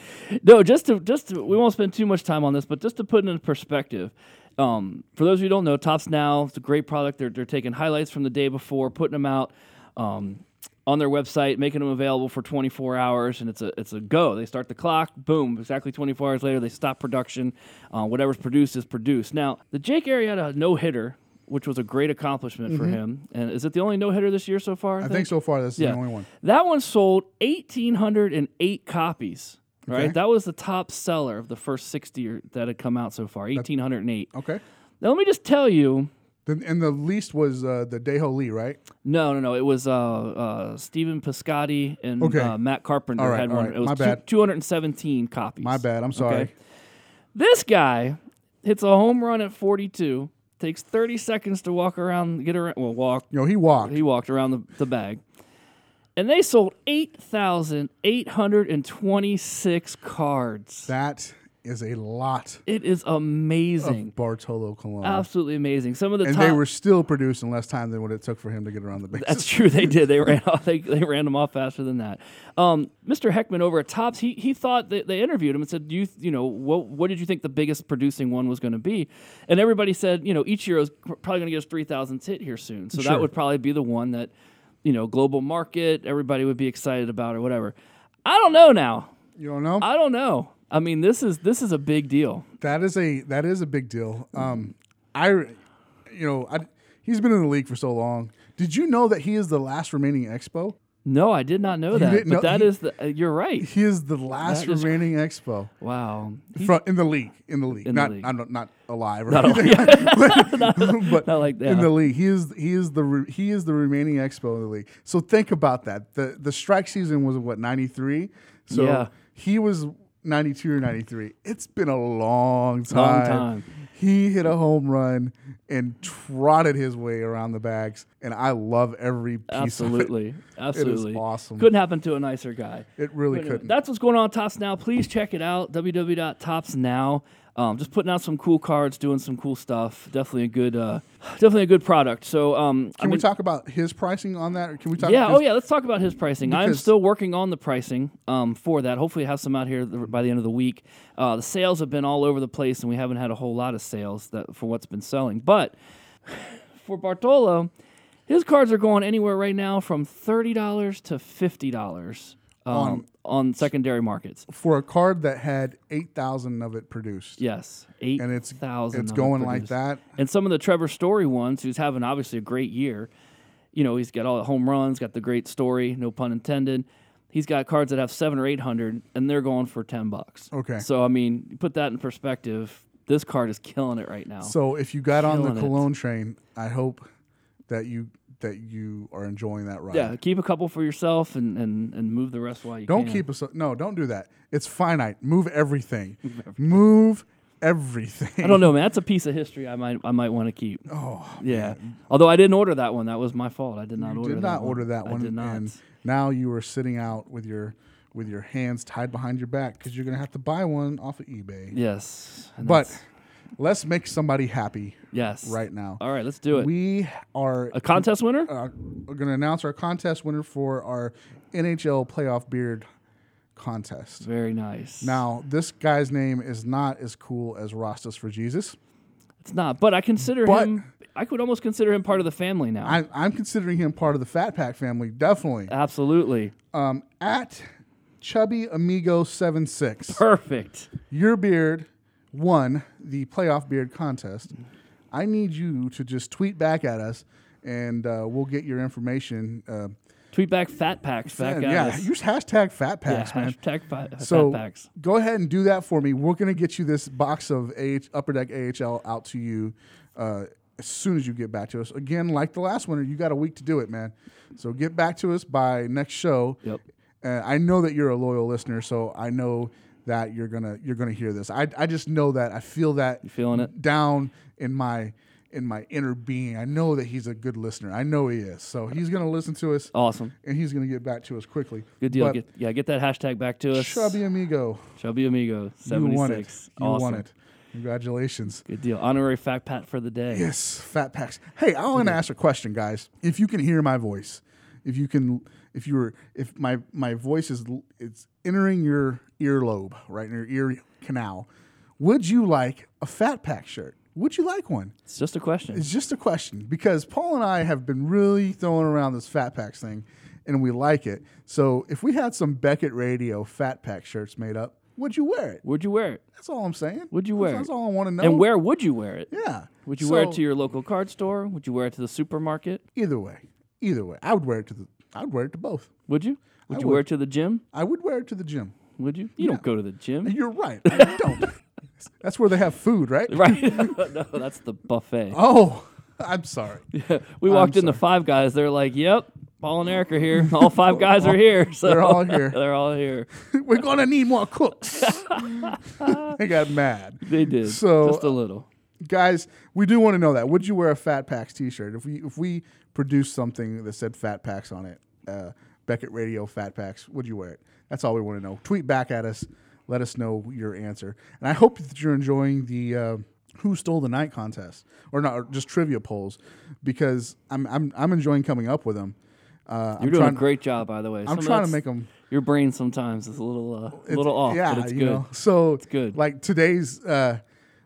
Speaker 2: No, just to just to, we won't spend too much time on this, but just to put it in perspective. Um, for those of you who don't know, Tops Now it's a great product. They're they're taking highlights from the day before, putting them out um, on their website, making them available for 24 hours, and it's a it's a go. They start the clock, boom, exactly 24 hours later they stop production. Uh, whatever's produced is produced. Now the Jake Arrieta no hitter. Which was a great accomplishment for him, and is it the only no hitter this year so far?
Speaker 1: Mm-hmm. I think so far that's
Speaker 2: Yeah.
Speaker 1: the only one.
Speaker 2: That one sold 1,808 copies. Right,
Speaker 1: Okay.
Speaker 2: that was the top seller of the first 60 or, that had come out so far, 1,808.
Speaker 1: Okay.
Speaker 2: Now let me just tell you,
Speaker 1: Then and the least was uh, the Deho Lee, right?
Speaker 2: no, no, no, it was uh, uh, Stephen Piscotty and
Speaker 1: Okay.
Speaker 2: uh, Matt Carpenter
Speaker 1: All right,
Speaker 2: had
Speaker 1: all
Speaker 2: one.
Speaker 1: right.
Speaker 2: It was
Speaker 1: My
Speaker 2: two-
Speaker 1: bad.
Speaker 2: 217 copies.
Speaker 1: My bad. I'm sorry.
Speaker 2: Okay. This guy hits a home run at 42, takes 30 seconds to walk around, get around, well, walk,
Speaker 1: No, he walked.
Speaker 2: He walked around the, the bag. And they sold 8,826 cards.
Speaker 1: that is a lot
Speaker 2: It is amazing.
Speaker 1: of Bartolo Colon.
Speaker 2: Absolutely amazing. Some of the
Speaker 1: Oh. and
Speaker 2: Oh, top.
Speaker 1: they were still producing less time than what it took for him to get around the bases.
Speaker 2: that's true. They did. They ran off. They, they ran them off faster than that. Um, Mr. Heckman over at Tops, he, he thought that they interviewed him and said, "Do you th- you know what what did you think the biggest producing one was going to be?" And everybody said, "You know, Ichiro's pr- probably going to get us three thousand hit here soon, so that would probably be the one that you know global market everybody would be excited about or whatever." I don't know now.
Speaker 1: you don't know?
Speaker 2: I don't know. I mean, this is this is a big deal.
Speaker 1: That is a that is a big deal. Um, I, you know, I, he's been in the league for so long. Did you know that he is the last remaining Expo?
Speaker 2: No, I did not know that.
Speaker 1: didn't
Speaker 2: But
Speaker 1: know-
Speaker 2: that
Speaker 1: he-
Speaker 2: is the uh, you're right.
Speaker 1: He is the last
Speaker 2: That is-
Speaker 1: remaining Expo
Speaker 2: Wow. He-
Speaker 1: from, in the league. In the league,
Speaker 2: In the
Speaker 1: not
Speaker 2: league.
Speaker 1: I'm not, not alive or anything, but,
Speaker 2: not like that.
Speaker 1: in the league, he is he is the re, he is the remaining Expo in the league. So think about that. the The strike season was what 93. So
Speaker 2: Yeah.
Speaker 1: he was 92 or 93. It's been a long time.
Speaker 2: time.
Speaker 1: He hit a home run and trotted his way around the bags, and I love every piece of it.
Speaker 2: Absolutely. Absolutely.
Speaker 1: awesome.
Speaker 2: Couldn't happen to a nicer guy.
Speaker 1: It really
Speaker 2: But uh, anyway,
Speaker 1: couldn't.
Speaker 2: That's what's going on at Tops Now. Please check it out. www.topsnow. Um, just putting out some cool cards, doing some cool stuff. Definitely a good, uh, definitely a good product. So, um, I
Speaker 1: Can
Speaker 2: mean,
Speaker 1: we talk about his pricing on that? Or can we talk?
Speaker 2: yeah, oh
Speaker 1: 'cause
Speaker 2: yeah, let's talk about his pricing. I'm
Speaker 1: Um, Because-
Speaker 2: still working on the pricing um, for that. Hopefully, have some out here th- by the end of the week. Uh, the sales have been all over the place, and we haven't had a whole lot of sales that for what's been selling. But for Bartolo, his cards are going anywhere right now from thirty dollars to fifty dollars um, on secondary markets.
Speaker 1: For a card that had eight thousand of it produced.
Speaker 2: Yes, eight
Speaker 1: and it's
Speaker 2: thousand.
Speaker 1: it's going like that.
Speaker 2: And some of the Trevor Story ones, who's having obviously a great year. You know, he's got all the home runs, got the great story, no pun intended. He's got cards that have seven or eight hundred, and they're going for ten bucks.
Speaker 1: Okay.
Speaker 2: So I mean, you put that in perspective. This card is killing it right now.
Speaker 1: So if you got on the
Speaker 2: Killing it.
Speaker 1: cologne train, I hope that you that you are enjoying that ride.
Speaker 2: yeah, keep a couple for yourself and and, and move the rest while you
Speaker 1: Don't
Speaker 2: can.
Speaker 1: keep us no, don't do that. It's finite. Move everything. Move everything.
Speaker 2: I don't know, man. That's a piece of history I might I might want to keep. Oh, yeah. Although I didn't order that one. That was my fault. I did not
Speaker 1: You
Speaker 2: order.
Speaker 1: did
Speaker 2: that
Speaker 1: not
Speaker 2: one.
Speaker 1: order that one.
Speaker 2: I did not.
Speaker 1: And now you are sitting out with your with your hands tied behind your back because you're gonna have to buy one off of eBay.
Speaker 2: yes. and
Speaker 1: But
Speaker 2: that's-
Speaker 1: Let's make somebody happy
Speaker 2: Yes.
Speaker 1: right now.
Speaker 2: All right, let's do it.
Speaker 1: We are
Speaker 2: a contest winner?
Speaker 1: uh, going to announce our contest winner for our NHL playoff beard contest.
Speaker 2: Very nice.
Speaker 1: Now, this guy's name is not as cool as Rostas for Jesus.
Speaker 2: It's not, but I consider
Speaker 1: But-
Speaker 2: him. I could almost consider him part of the family now.
Speaker 1: I, I'm considering him part of the Fat Pack family, definitely.
Speaker 2: Absolutely.
Speaker 1: Um, at Chubby Amigo 76.
Speaker 2: Perfect.
Speaker 1: your beard won the playoff beard contest. I need you to just tweet back at us, and uh, we'll get your information. Uh,
Speaker 2: Tweet back fat packs back
Speaker 1: and
Speaker 2: at
Speaker 1: yeah,
Speaker 2: us.
Speaker 1: use hashtag Fat Packs,
Speaker 2: yeah,
Speaker 1: man.
Speaker 2: hashtag fa-
Speaker 1: So
Speaker 2: fat packs.
Speaker 1: go ahead and do that for me. We're gonna get you this box of AH, Upper Deck AHL out to you uh, as soon as you get back to us. Again, like the last one, you got a week to do it, man. So get back to us by next show.
Speaker 2: Yep.
Speaker 1: Uh, I know that you're a loyal listener, so I know that you're gonna you're gonna hear this. I, I just know that I feel that you
Speaker 2: feeling it?
Speaker 1: down in my in my inner being. I know that he's a good listener. I know he is. So he's gonna listen to us.
Speaker 2: Awesome.
Speaker 1: And he's going to get back to us quickly.
Speaker 2: Oh. Good deal.
Speaker 1: But
Speaker 2: Get, yeah, get that hashtag back to us.
Speaker 1: Chubby Amigo.
Speaker 2: Chubby Amigo. 76.
Speaker 1: You won it. You
Speaker 2: awesome.
Speaker 1: won it. Congratulations.
Speaker 2: Good deal. Honorary fat pat for the day.
Speaker 1: Yes, fat packs. Hey, I want to ask a question, guys. If you can hear my voice, if you can, if you're, if my my voice is l- it's entering your earlobe, right in your ear canal, would you like a fat pack shirt? Would you like one?
Speaker 2: It's just a question.
Speaker 1: It's just a question because Paul and I have been really throwing around this Fat Packs thing, and we like it. So if we had some Beckett Radio Fat Pack shirts made up, would you wear it?
Speaker 2: Would you wear it?
Speaker 1: That's all I'm saying.
Speaker 2: Would you
Speaker 1: That's-
Speaker 2: wear
Speaker 1: That's
Speaker 2: it?
Speaker 1: all I want to know.
Speaker 2: And where would you wear it?
Speaker 1: Yeah.
Speaker 2: Would you wear it
Speaker 1: So,
Speaker 2: to your local card store? Would you wear it to the supermarket?
Speaker 1: either way? Either way, I would wear it to the. I would wear it to both.
Speaker 2: Would you? Would you wear it to the gym?
Speaker 1: I would wear it to the gym.
Speaker 2: Would you? You don't go to the gym.
Speaker 1: You're right. I don't. That's where they have food, right?
Speaker 2: Right. no, that's the buffet.
Speaker 1: Oh, I'm sorry.
Speaker 2: We walked in the five guys. They're like, "Yep, Paul and Eric are here. All five guys are here. So
Speaker 1: They're all here.
Speaker 2: they're all here.
Speaker 1: We're gonna need more cooks. they got mad.
Speaker 2: They did
Speaker 1: So,
Speaker 2: just a little.
Speaker 1: guys, we do want to know that. Would you wear a Fat Packs T-shirt if we if we produced something that said Fat Packs on it? Uh, Beckett Radio Fat Packs. Would you wear it? That's all we want to know. Tweet back at us. Let us know your answer. And I hope that you're enjoying the uh, Who Stole the Night contest, or not, or just trivia polls, because I'm I'm, I'm enjoying coming up with them. Uh,
Speaker 2: You're
Speaker 1: I'm
Speaker 2: doing
Speaker 1: trying,
Speaker 2: a great job, by the way. Some
Speaker 1: I'm
Speaker 2: of
Speaker 1: trying to
Speaker 2: that's-
Speaker 1: make them
Speaker 2: your brain sometimes is a little uh, a little off,
Speaker 1: yeah,
Speaker 2: but it's
Speaker 1: you
Speaker 2: good.
Speaker 1: know. So it's
Speaker 2: good.
Speaker 1: Like today's, uh,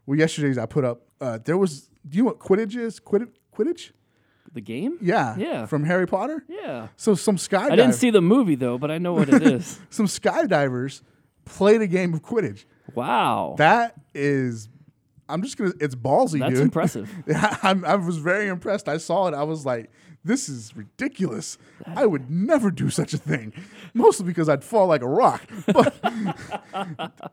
Speaker 1: well, yesterday's I put up. Uh, there was. Do you know what Quidditch is? Quidditch. Quidditch.
Speaker 2: The game?
Speaker 1: Yeah.
Speaker 2: Yeah.
Speaker 1: From Harry Potter.
Speaker 2: Yeah.
Speaker 1: So some skydiver,
Speaker 2: I didn't see the movie though, but I know what it is.
Speaker 1: some skydivers played a game of Quidditch.
Speaker 2: Wow.
Speaker 1: That is, I'm just gonna. It's ballsy,
Speaker 2: That's
Speaker 1: dude.
Speaker 2: impressive.
Speaker 1: I'm, I was very impressed. I saw it. I was like, this is ridiculous. I would never do such a thing, mostly because I'd fall like a rock. But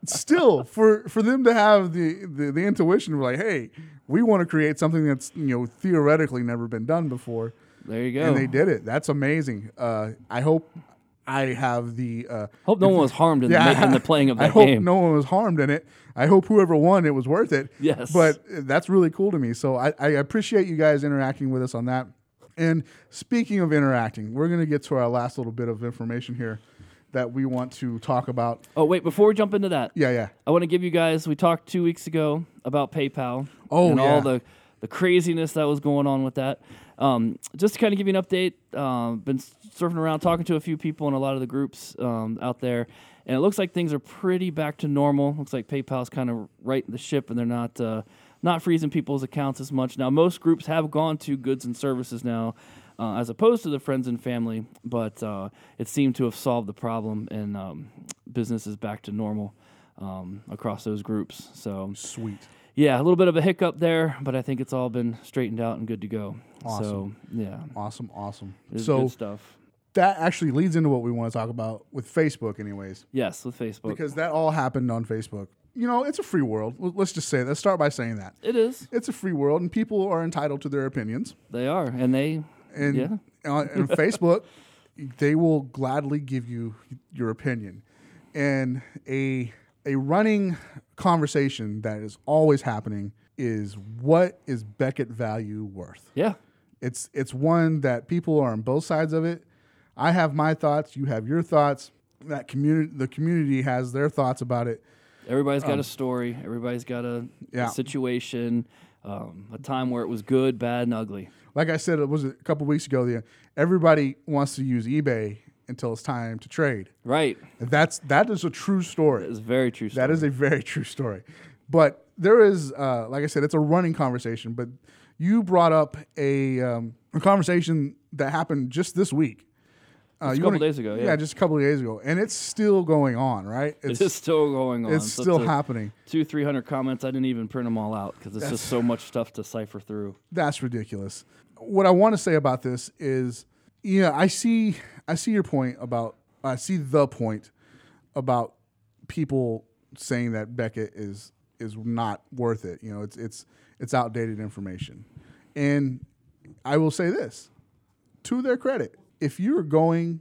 Speaker 1: still, for, for them to have the, the, the intuition of like, hey, we want to create something that's you know theoretically never been done before,
Speaker 2: there you go.
Speaker 1: and they did it. That's amazing. Uh, I hope I have the uh,
Speaker 2: Hope no one was harmed in, the, making the playing of
Speaker 1: I
Speaker 2: that
Speaker 1: hope
Speaker 2: game.
Speaker 1: no one was harmed in it. I hope whoever won, it was worth it.
Speaker 2: Yes.
Speaker 1: But uh, that's really cool to me. So I, I appreciate you guys interacting with us on that. And speaking of interacting, we're going to get to our last little bit of information here that we want to talk about.
Speaker 2: Oh wait, before we jump into that,
Speaker 1: Yeah, yeah.
Speaker 2: I want to give you guys. We talked two weeks ago about PayPal.
Speaker 1: Oh,
Speaker 2: and
Speaker 1: yeah.
Speaker 2: all the the craziness that was going on with that. Um, just to kind of give you an update, um, been surfing around, talking to a few people in a lot of the groups um, out there, and it looks like things are pretty back to normal. Looks like PayPal's kind of right the ship, and they're not uh, not freezing people's accounts as much now. Most groups have gone to goods and services now. Uh, as opposed to the friends and family, but uh, it seemed to have solved the problem, and um, business is back to normal um, across those groups. So
Speaker 1: Sweet.
Speaker 2: yeah, a little bit of a hiccup there, but I think it's all been straightened out and good to go.
Speaker 1: Awesome.
Speaker 2: So yeah,
Speaker 1: Awesome. Awesome.
Speaker 2: it's
Speaker 1: So
Speaker 2: good stuff.
Speaker 1: that actually leads into what we want to talk about with Facebook, anyways,
Speaker 2: Yes, with Facebook,
Speaker 1: because that all happened on Facebook. You know, it's a free world. L- Let's just say, let's start by saying that.
Speaker 2: it is.
Speaker 1: It's a free world, and people are entitled to their opinions.
Speaker 2: They are, and they
Speaker 1: and
Speaker 2: Yeah.
Speaker 1: on, and Facebook, they will gladly give you your opinion. And a a running conversation that is always happening is what is Beckett value worth?
Speaker 2: yeah,
Speaker 1: It's it's one that people are on both sides of it. I have my thoughts, you have your thoughts. That community, the community has their thoughts about it.
Speaker 2: Everybody's got a story. Everybody's got a, a
Speaker 1: Um, Yeah.
Speaker 2: situation, um, a time where it was good, bad, and ugly.
Speaker 1: Like I said, it was a couple weeks ago. The everybody wants to use eBay until it's time to trade.
Speaker 2: Right.
Speaker 1: And that's that is a true story.
Speaker 2: It's a very true. Story.
Speaker 1: That is a very true story. But there is, uh, like I said, it's a running conversation. But you brought up a, um, a conversation that happened just this week. Uh,
Speaker 2: Just a
Speaker 1: you
Speaker 2: couple
Speaker 1: wanna-
Speaker 2: days ago, yeah.
Speaker 1: just a couple of days ago, and it's still going on, right? It's
Speaker 2: It is still going on.
Speaker 1: it's
Speaker 2: So
Speaker 1: still
Speaker 2: a-
Speaker 1: happening.
Speaker 2: Two, three hundred comments. I didn't even print them all out because it's just so much stuff to cipher through.
Speaker 1: That's ridiculous. What I want to say about this is, yeah, I see, I see your point about, I see the point about people saying that Beckett is is not worth it. You know, it's it's it's outdated information, and I will say this to their credit, if you're going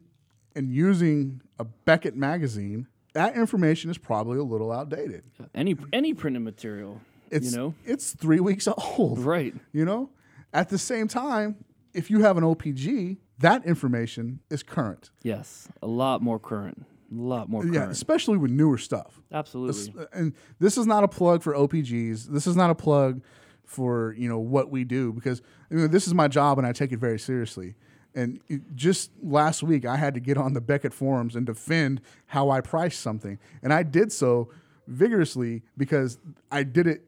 Speaker 1: and using a Beckett magazine, that information is probably a little outdated.
Speaker 2: Any any printed material.
Speaker 1: It's
Speaker 2: you know.
Speaker 1: it's three weeks old,
Speaker 2: Right.
Speaker 1: you know? At the same time, if you have an OPG, that information is current.
Speaker 2: Yes. A lot more current. A lot more current.
Speaker 1: Yeah, especially with newer stuff.
Speaker 2: Absolutely.
Speaker 1: And this is not a plug for OPGs. This is not a plug for, you know, what we do because I mean, this is my job and I take it very seriously. And it- just last week I had to get on the Beckett forums and defend how I priced something. And I did so vigorously because I did it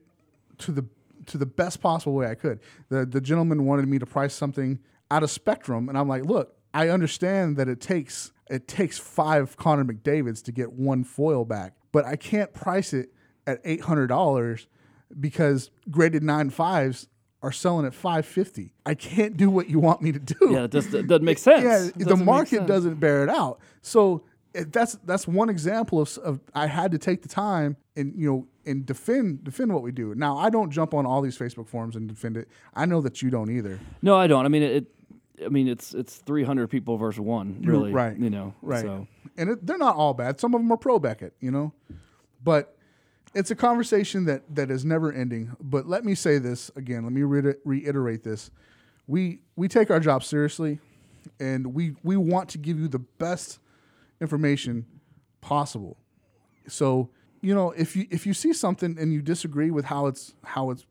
Speaker 1: to the to the best possible way I could. The the gentleman wanted me to price something out of spectrum, and I'm like, look, I understand that it takes it takes five Connor McDavid's to get one foil back, but I can't price it at eight hundred dollars because graded nine fives are selling at five fifty. I can't do what you want me to do.
Speaker 2: yeah. It just it doesn't make sense.
Speaker 1: Yeah,
Speaker 2: It
Speaker 1: the
Speaker 2: doesn't make
Speaker 1: market
Speaker 2: sense.
Speaker 1: doesn't bear it out. So it, that's that's one example of, s- of I had to take the time and you know and defend defend what we do. Now I don't jump on all these Facebook forums and defend it. I know that you don't either.
Speaker 2: No, I don't. I mean it. it I mean, it's it's 300 people versus one, really.
Speaker 1: right.
Speaker 2: You know,
Speaker 1: Right.
Speaker 2: So
Speaker 1: And it, they're not all bad. Some of them are pro Beckett, you know, but it's a conversation that that is never ending. But let me say this again. Let me re- reiterate this. We we take our job seriously, and we we want to give you the best information possible. So you know if you if you see something and you disagree with how it's how it's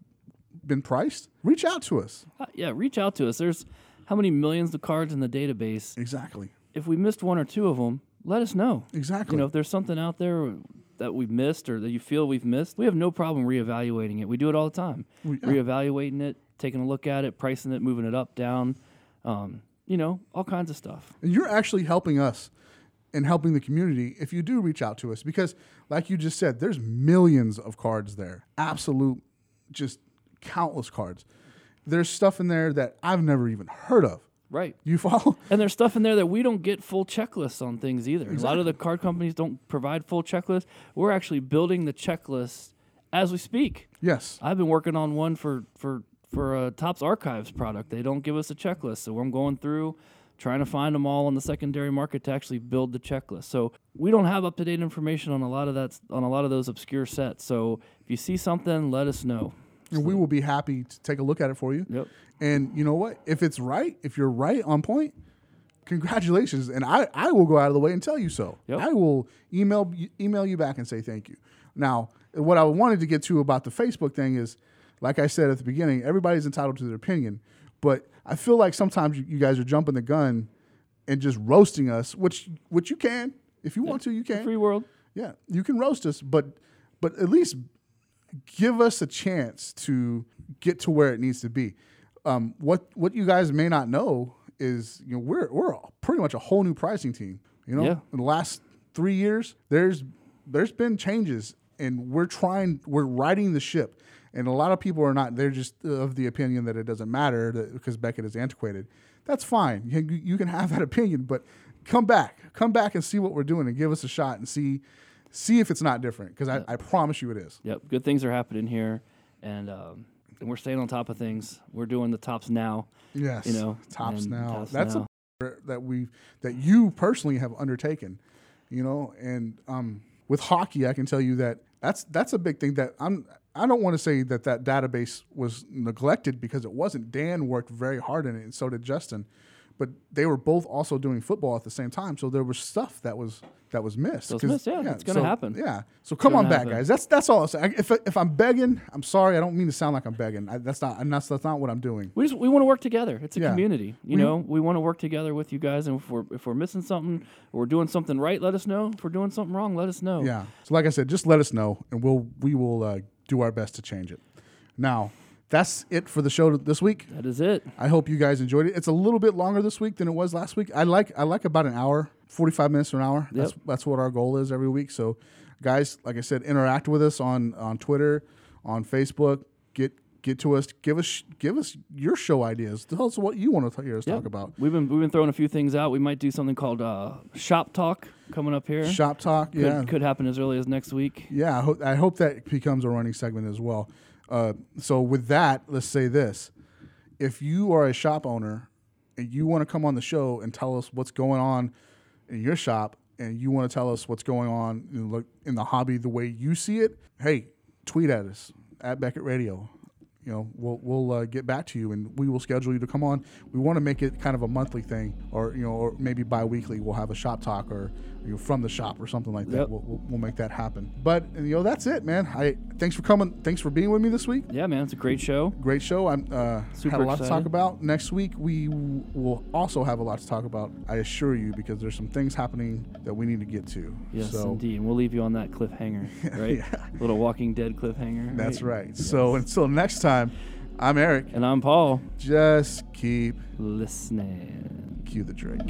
Speaker 1: been priced, reach out to us.
Speaker 2: uh, yeah, reach out to us. There's how many millions of cards in the database.
Speaker 1: Exactly.
Speaker 2: If we missed one or two of them, let us know.
Speaker 1: Exactly.
Speaker 2: You know, if there's something out there that we've missed or that you feel we've missed, we have no problem reevaluating it. We do it all the time. Reevaluating it, taking a look at it, pricing it, moving it up, down, um, you know, all kinds of stuff.
Speaker 1: And you're actually helping us and helping the community if you do reach out to us because like you just said there's millions of cards there absolute just countless cards there's stuff in there that i've never even heard of
Speaker 2: Right.
Speaker 1: you follow
Speaker 2: And there's stuff in there that we don't get full checklists on things either. A lot of the card companies don't provide full checklists. We're actually building the checklist as we speak.
Speaker 1: yes
Speaker 2: I've been working on one for for for a Topps Archives product. They don't give us a checklist, so I'm going through trying to find them all on the secondary market to actually build the checklist. So we don't have up to date information on a lot of that on a lot of those obscure sets. So if you see something, let us know.
Speaker 1: and we will be happy to take a look at it for you
Speaker 2: Yep.
Speaker 1: and you know what if it's right if you're right on point congratulations and i, I will go out of the way and tell you so
Speaker 2: Yep.
Speaker 1: i will email you- email you back and say thank you now what i wanted to get to about the facebook thing is like i said at the beginning everybody's entitled to their opinion but i feel like sometimes you, you guys are jumping the gun and just roasting us which which you can if you want to you can
Speaker 2: Free world.
Speaker 1: yeah, you can roast us, but but at least give us a chance to get to where it needs to be. Um, what what you guys may not know is you know we're we're pretty much a whole new pricing team. You know,
Speaker 2: Yeah.
Speaker 1: in the last three years, there's there's been changes, and we're trying we're riding the ship. And a lot of people are not. They're just of the opinion that it doesn't matter that, because Beckett is antiquated. That's fine. You, you can have that opinion, but come back, come back and see what we're doing, and give us a shot and see, see if it's not different. Because I, I promise you, it is.
Speaker 2: Yep. Good things are happening here, and um, and we're staying on top of things. We're doing the tops now.
Speaker 1: Yes.
Speaker 2: You know,
Speaker 1: tops
Speaker 2: and
Speaker 1: now.
Speaker 2: tops
Speaker 1: That's
Speaker 2: now.
Speaker 1: a that we that you personally have undertaken, you know, and um, with hockey, I can tell you that that's that's a big thing that I'm. I don't want to say that that database was neglected because it wasn't. Dan worked very hard in it, and so did Justin. but they were both also doing football at the same time. So there was stuff that was that was missed.
Speaker 2: That was
Speaker 1: 'Cause-
Speaker 2: missed, yeah, it's gonna
Speaker 1: so-
Speaker 2: happen.
Speaker 1: Yeah. So come on
Speaker 2: gonna
Speaker 1: back,
Speaker 2: happen.
Speaker 1: guys. That's that's all. I'm saying. If if I'm begging, I'm sorry. I don't mean to sound like I'm begging. I, that's not. I'm not. That's not what I'm doing.
Speaker 2: We just we want to work together. It's a
Speaker 1: Yeah.
Speaker 2: community, you know. We want to work together with you guys, and if we're if we're missing something or we're doing something right, let us know. If we're doing something wrong, let us know.
Speaker 1: Yeah. So like I said, just let us know, and we'll we will uh, do our best to change it. Now, that's it for the show this week.
Speaker 2: that is it.
Speaker 1: I hope you guys enjoyed it. It's a little bit longer this week than it was last week. I like I like about an hour, forty five minutes to an hour. That's that's what our goal is every week. So, guys, like I said, interact with us on on Twitter, on Facebook. Get get to us. Give us give us your show ideas. Tell us what you want to hear us
Speaker 2: Yeah.
Speaker 1: talk about.
Speaker 2: We've been we've been throwing a few things out. We might do something called uh, shop talk coming up here.
Speaker 1: Shop talk.
Speaker 2: could,
Speaker 1: yeah,
Speaker 2: could happen as early as next week.
Speaker 1: Yeah, I, ho- I hope that becomes a running segment as well. Uh, so with that, let's say this: if you are a shop owner and you want to come on the show and tell us what's going on in your shop, and you want to tell us what's going on in, lo- in the hobby the way you see it, hey, tweet at us at Beckett Radio. You know, we'll we'll uh, get back to you, and we will schedule you to come on. We want to make it kind of a monthly thing, or you know, or maybe bi-weekly. We'll have a shop talk, or you know, from the shop, or something like that.
Speaker 2: Yep.
Speaker 1: We'll, we'll, we'll make that happen. But you know, that's it, man. I thanks for coming. Thanks for being with me this week.
Speaker 2: Yeah, man, it's a great show.
Speaker 1: Great show. I'm uh,
Speaker 2: Super
Speaker 1: had a lot to talk
Speaker 2: excited.
Speaker 1: about. Next week we w- will also have a lot to talk about. I assure you, because there's some things happening that we need to get to.
Speaker 2: Yes,
Speaker 1: so,
Speaker 2: indeed. And we'll leave you on that cliffhanger, right? Little Walking Dead cliffhanger.
Speaker 1: That's right. So until next time, I'm Eric.
Speaker 2: And I'm Paul.
Speaker 1: Just keep
Speaker 2: Listening.
Speaker 1: cue the Drake.